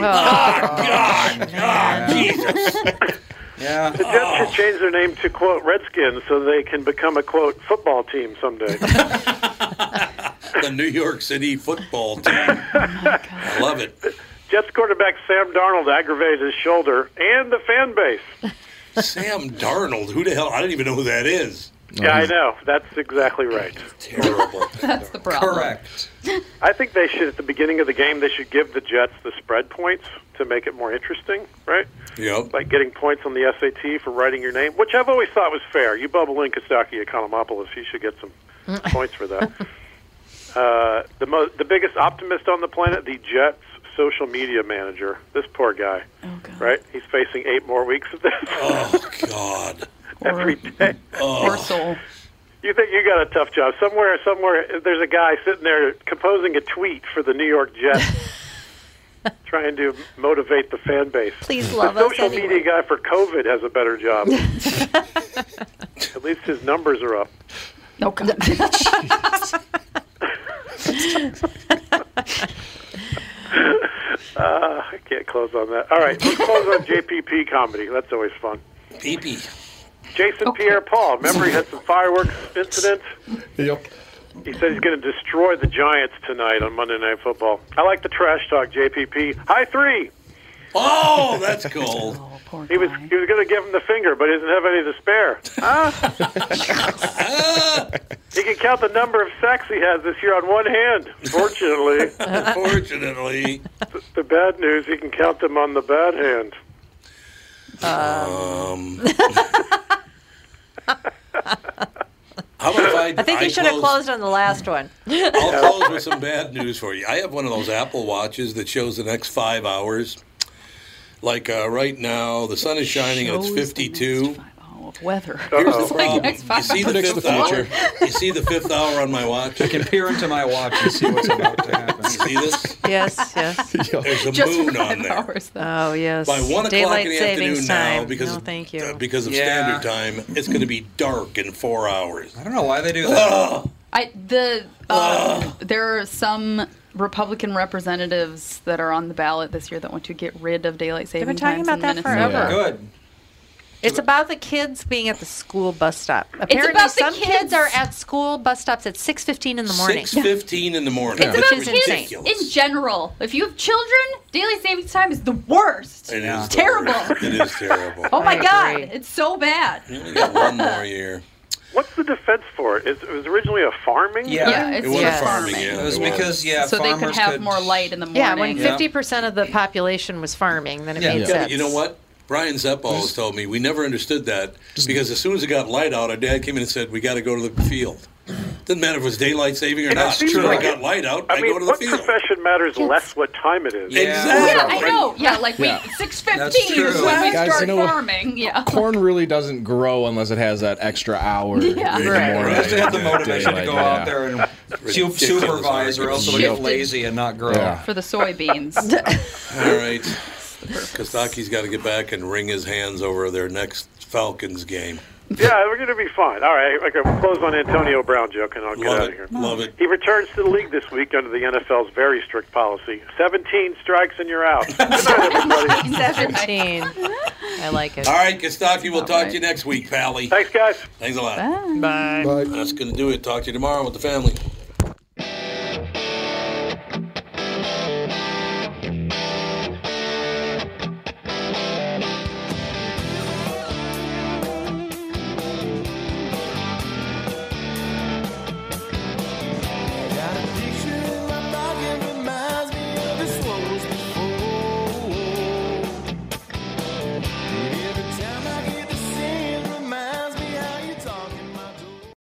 Speaker 2: Yeah.
Speaker 12: The Jets should change their name to quote Redskins so they can become a quote football team someday.
Speaker 1: The New York City football team. I love it.
Speaker 12: Jets quarterback Sam Darnold aggravated his shoulder and the fan base.
Speaker 1: Sam Darnold. Who the hell? I don't even know who that is.
Speaker 12: Yeah, I know. That's exactly right.
Speaker 1: Terrible.
Speaker 3: That's the problem.
Speaker 2: Correct.
Speaker 12: I think they should at the beginning of the game they should give the Jets the spread points to make it more interesting, right?
Speaker 1: yep.
Speaker 12: like getting points on the SAT for writing your name, which I've always thought was fair. You bubble in Kostaki Economopoulos, he should get some
Speaker 3: Mm.
Speaker 12: points for that. Uh, the mo- the biggest optimist on the planet, the Jets social media manager. This poor guy,
Speaker 3: Oh god.
Speaker 12: right? He's facing eight more weeks of this
Speaker 1: Oh God.
Speaker 12: every day.
Speaker 3: Poor soul.
Speaker 12: You think you got a tough job somewhere? Somewhere there's a guy sitting there composing a tweet for the New York Jets, trying to motivate the fan base.
Speaker 4: Please love
Speaker 12: the
Speaker 4: us
Speaker 12: social
Speaker 4: anyway.
Speaker 12: media guy for COVID has a better job. At least his numbers are up.
Speaker 3: No god.
Speaker 12: Uh, I can't close on that. All right, let's close on JPP comedy. That's always fun.
Speaker 1: Pee-pee.
Speaker 12: Jason Pierre-Paul. Remember, he had some fireworks incident.
Speaker 5: Yep.
Speaker 12: He said he's going to destroy the Giants tonight on Monday Night Football. I like the trash talk, JPP. High three.
Speaker 1: Oh, that's cold.
Speaker 3: Oh, poor
Speaker 12: He was
Speaker 3: guy.
Speaker 12: he was going to give him the finger, but he doesn't have any to spare. Huh? He can count the number of sacks he has this year on one hand. Fortunately,
Speaker 1: Fortunately,
Speaker 12: the, the bad news he can count them on the bad hand.
Speaker 1: Um. How about if I?
Speaker 4: I think you should have
Speaker 1: close-
Speaker 4: closed on the last one.
Speaker 1: I'll close with some bad news for you. I have one of those Apple watches that shows the next five hours. Like uh, right now, the sun is shining. and It's
Speaker 13: Shows the next
Speaker 1: 52.
Speaker 13: Weather.
Speaker 1: Here's the
Speaker 13: It's like
Speaker 1: problem.
Speaker 13: next
Speaker 1: You
Speaker 13: five
Speaker 1: see the
Speaker 13: hours.
Speaker 1: fifth hour. You see the fifth hour on my watch. I
Speaker 2: can peer into my watch and see what's about to happen. You
Speaker 1: see this?
Speaker 4: Yes, yes.
Speaker 1: There's a moon on there.
Speaker 4: Oh yes.
Speaker 1: By one o'clock
Speaker 4: Daylight
Speaker 1: in the
Speaker 4: savings
Speaker 1: afternoon
Speaker 4: time.
Speaker 1: now, because
Speaker 4: no,
Speaker 1: of-
Speaker 4: thank you.
Speaker 1: uh, because of
Speaker 2: Yeah.
Speaker 1: standard time, it's going to be dark in four hours. I
Speaker 2: don't know why they do that.
Speaker 3: I the uh, there are some Republican representatives that are on the ballot this year that want to get rid of daylight saving
Speaker 4: been talking
Speaker 3: times
Speaker 4: about
Speaker 3: in
Speaker 4: that
Speaker 3: Minnesota.
Speaker 4: forever. Yeah.
Speaker 2: Good.
Speaker 4: It's about the kids being at the school bus stop. Apparently,
Speaker 3: about the
Speaker 4: some
Speaker 3: kids.
Speaker 4: are at school bus stops at six fifteen in the morning.
Speaker 1: Six fifteen in the morning,
Speaker 3: It's
Speaker 1: which
Speaker 3: about
Speaker 1: is
Speaker 3: kids
Speaker 1: ridiculous.
Speaker 3: in general. If you have children, daylight savings time is the worst.
Speaker 1: It is
Speaker 3: It's terrible.
Speaker 1: It is terrible.
Speaker 3: Oh my god, it's so bad.
Speaker 1: We only got one more year.
Speaker 12: What's the defense for it? It it was originally a farming.
Speaker 2: Yeah. Yeah,
Speaker 1: It was
Speaker 2: yes.
Speaker 1: farming. Yeah,
Speaker 2: It was
Speaker 1: there
Speaker 2: because yeah,
Speaker 3: so they
Speaker 2: farmers
Speaker 3: could have more light in the morning.
Speaker 4: Yeah, when fifty percent of the population was farming, then it made
Speaker 1: Yeah, but
Speaker 4: sense.
Speaker 1: You know what? Brian Zepp always told me we never understood that because as soon as it got light out, our dad came in and said we got to go to the field. Doesn't matter if it's daylight saving or
Speaker 12: And it
Speaker 1: not.
Speaker 12: seems
Speaker 1: When
Speaker 12: like
Speaker 1: it got light out, I,
Speaker 12: I mean,
Speaker 1: go to the
Speaker 12: what
Speaker 1: field.
Speaker 12: profession matters less what time it is?
Speaker 1: Yeah.
Speaker 3: Yeah, I know. Yeah, like we
Speaker 5: Yeah.
Speaker 3: six
Speaker 5: That's
Speaker 3: fifteen is
Speaker 5: true.
Speaker 3: when we
Speaker 5: Guys,
Speaker 3: start
Speaker 5: you know what?
Speaker 3: farming. Yeah.
Speaker 5: Corn really doesn't grow unless it has that extra hour.
Speaker 3: Yeah.
Speaker 5: in the
Speaker 3: Right.
Speaker 5: morning.
Speaker 2: Just to have the motivation to
Speaker 5: Daylight,
Speaker 2: go
Speaker 5: yeah.
Speaker 2: out there and su-
Speaker 5: Ridiculous
Speaker 2: supervise, or else they'll get
Speaker 3: argument.
Speaker 2: lazy and not grow.
Speaker 5: Yeah.
Speaker 3: For the soybeans.
Speaker 1: All right. Kostaki's got to get back and wring his hands over their next Falcons game.
Speaker 12: Yeah, we're going to be fine. All right, okay, we'll close on Antonio Brown joke, and I'll get
Speaker 1: Love
Speaker 12: out
Speaker 1: it.
Speaker 12: of here.
Speaker 1: Love it.
Speaker 12: He returns to the league this week under the NFL's very strict policy: 17 strikes and you're out. Good night, everybody.
Speaker 4: Seventeen. I like it.
Speaker 1: All right, Kostaki, we'll talk to you next week, Pally. Thanks,
Speaker 12: guys.
Speaker 1: Thanks a lot.
Speaker 4: Bye.
Speaker 1: That's going to do it. Talk to you tomorrow with the family.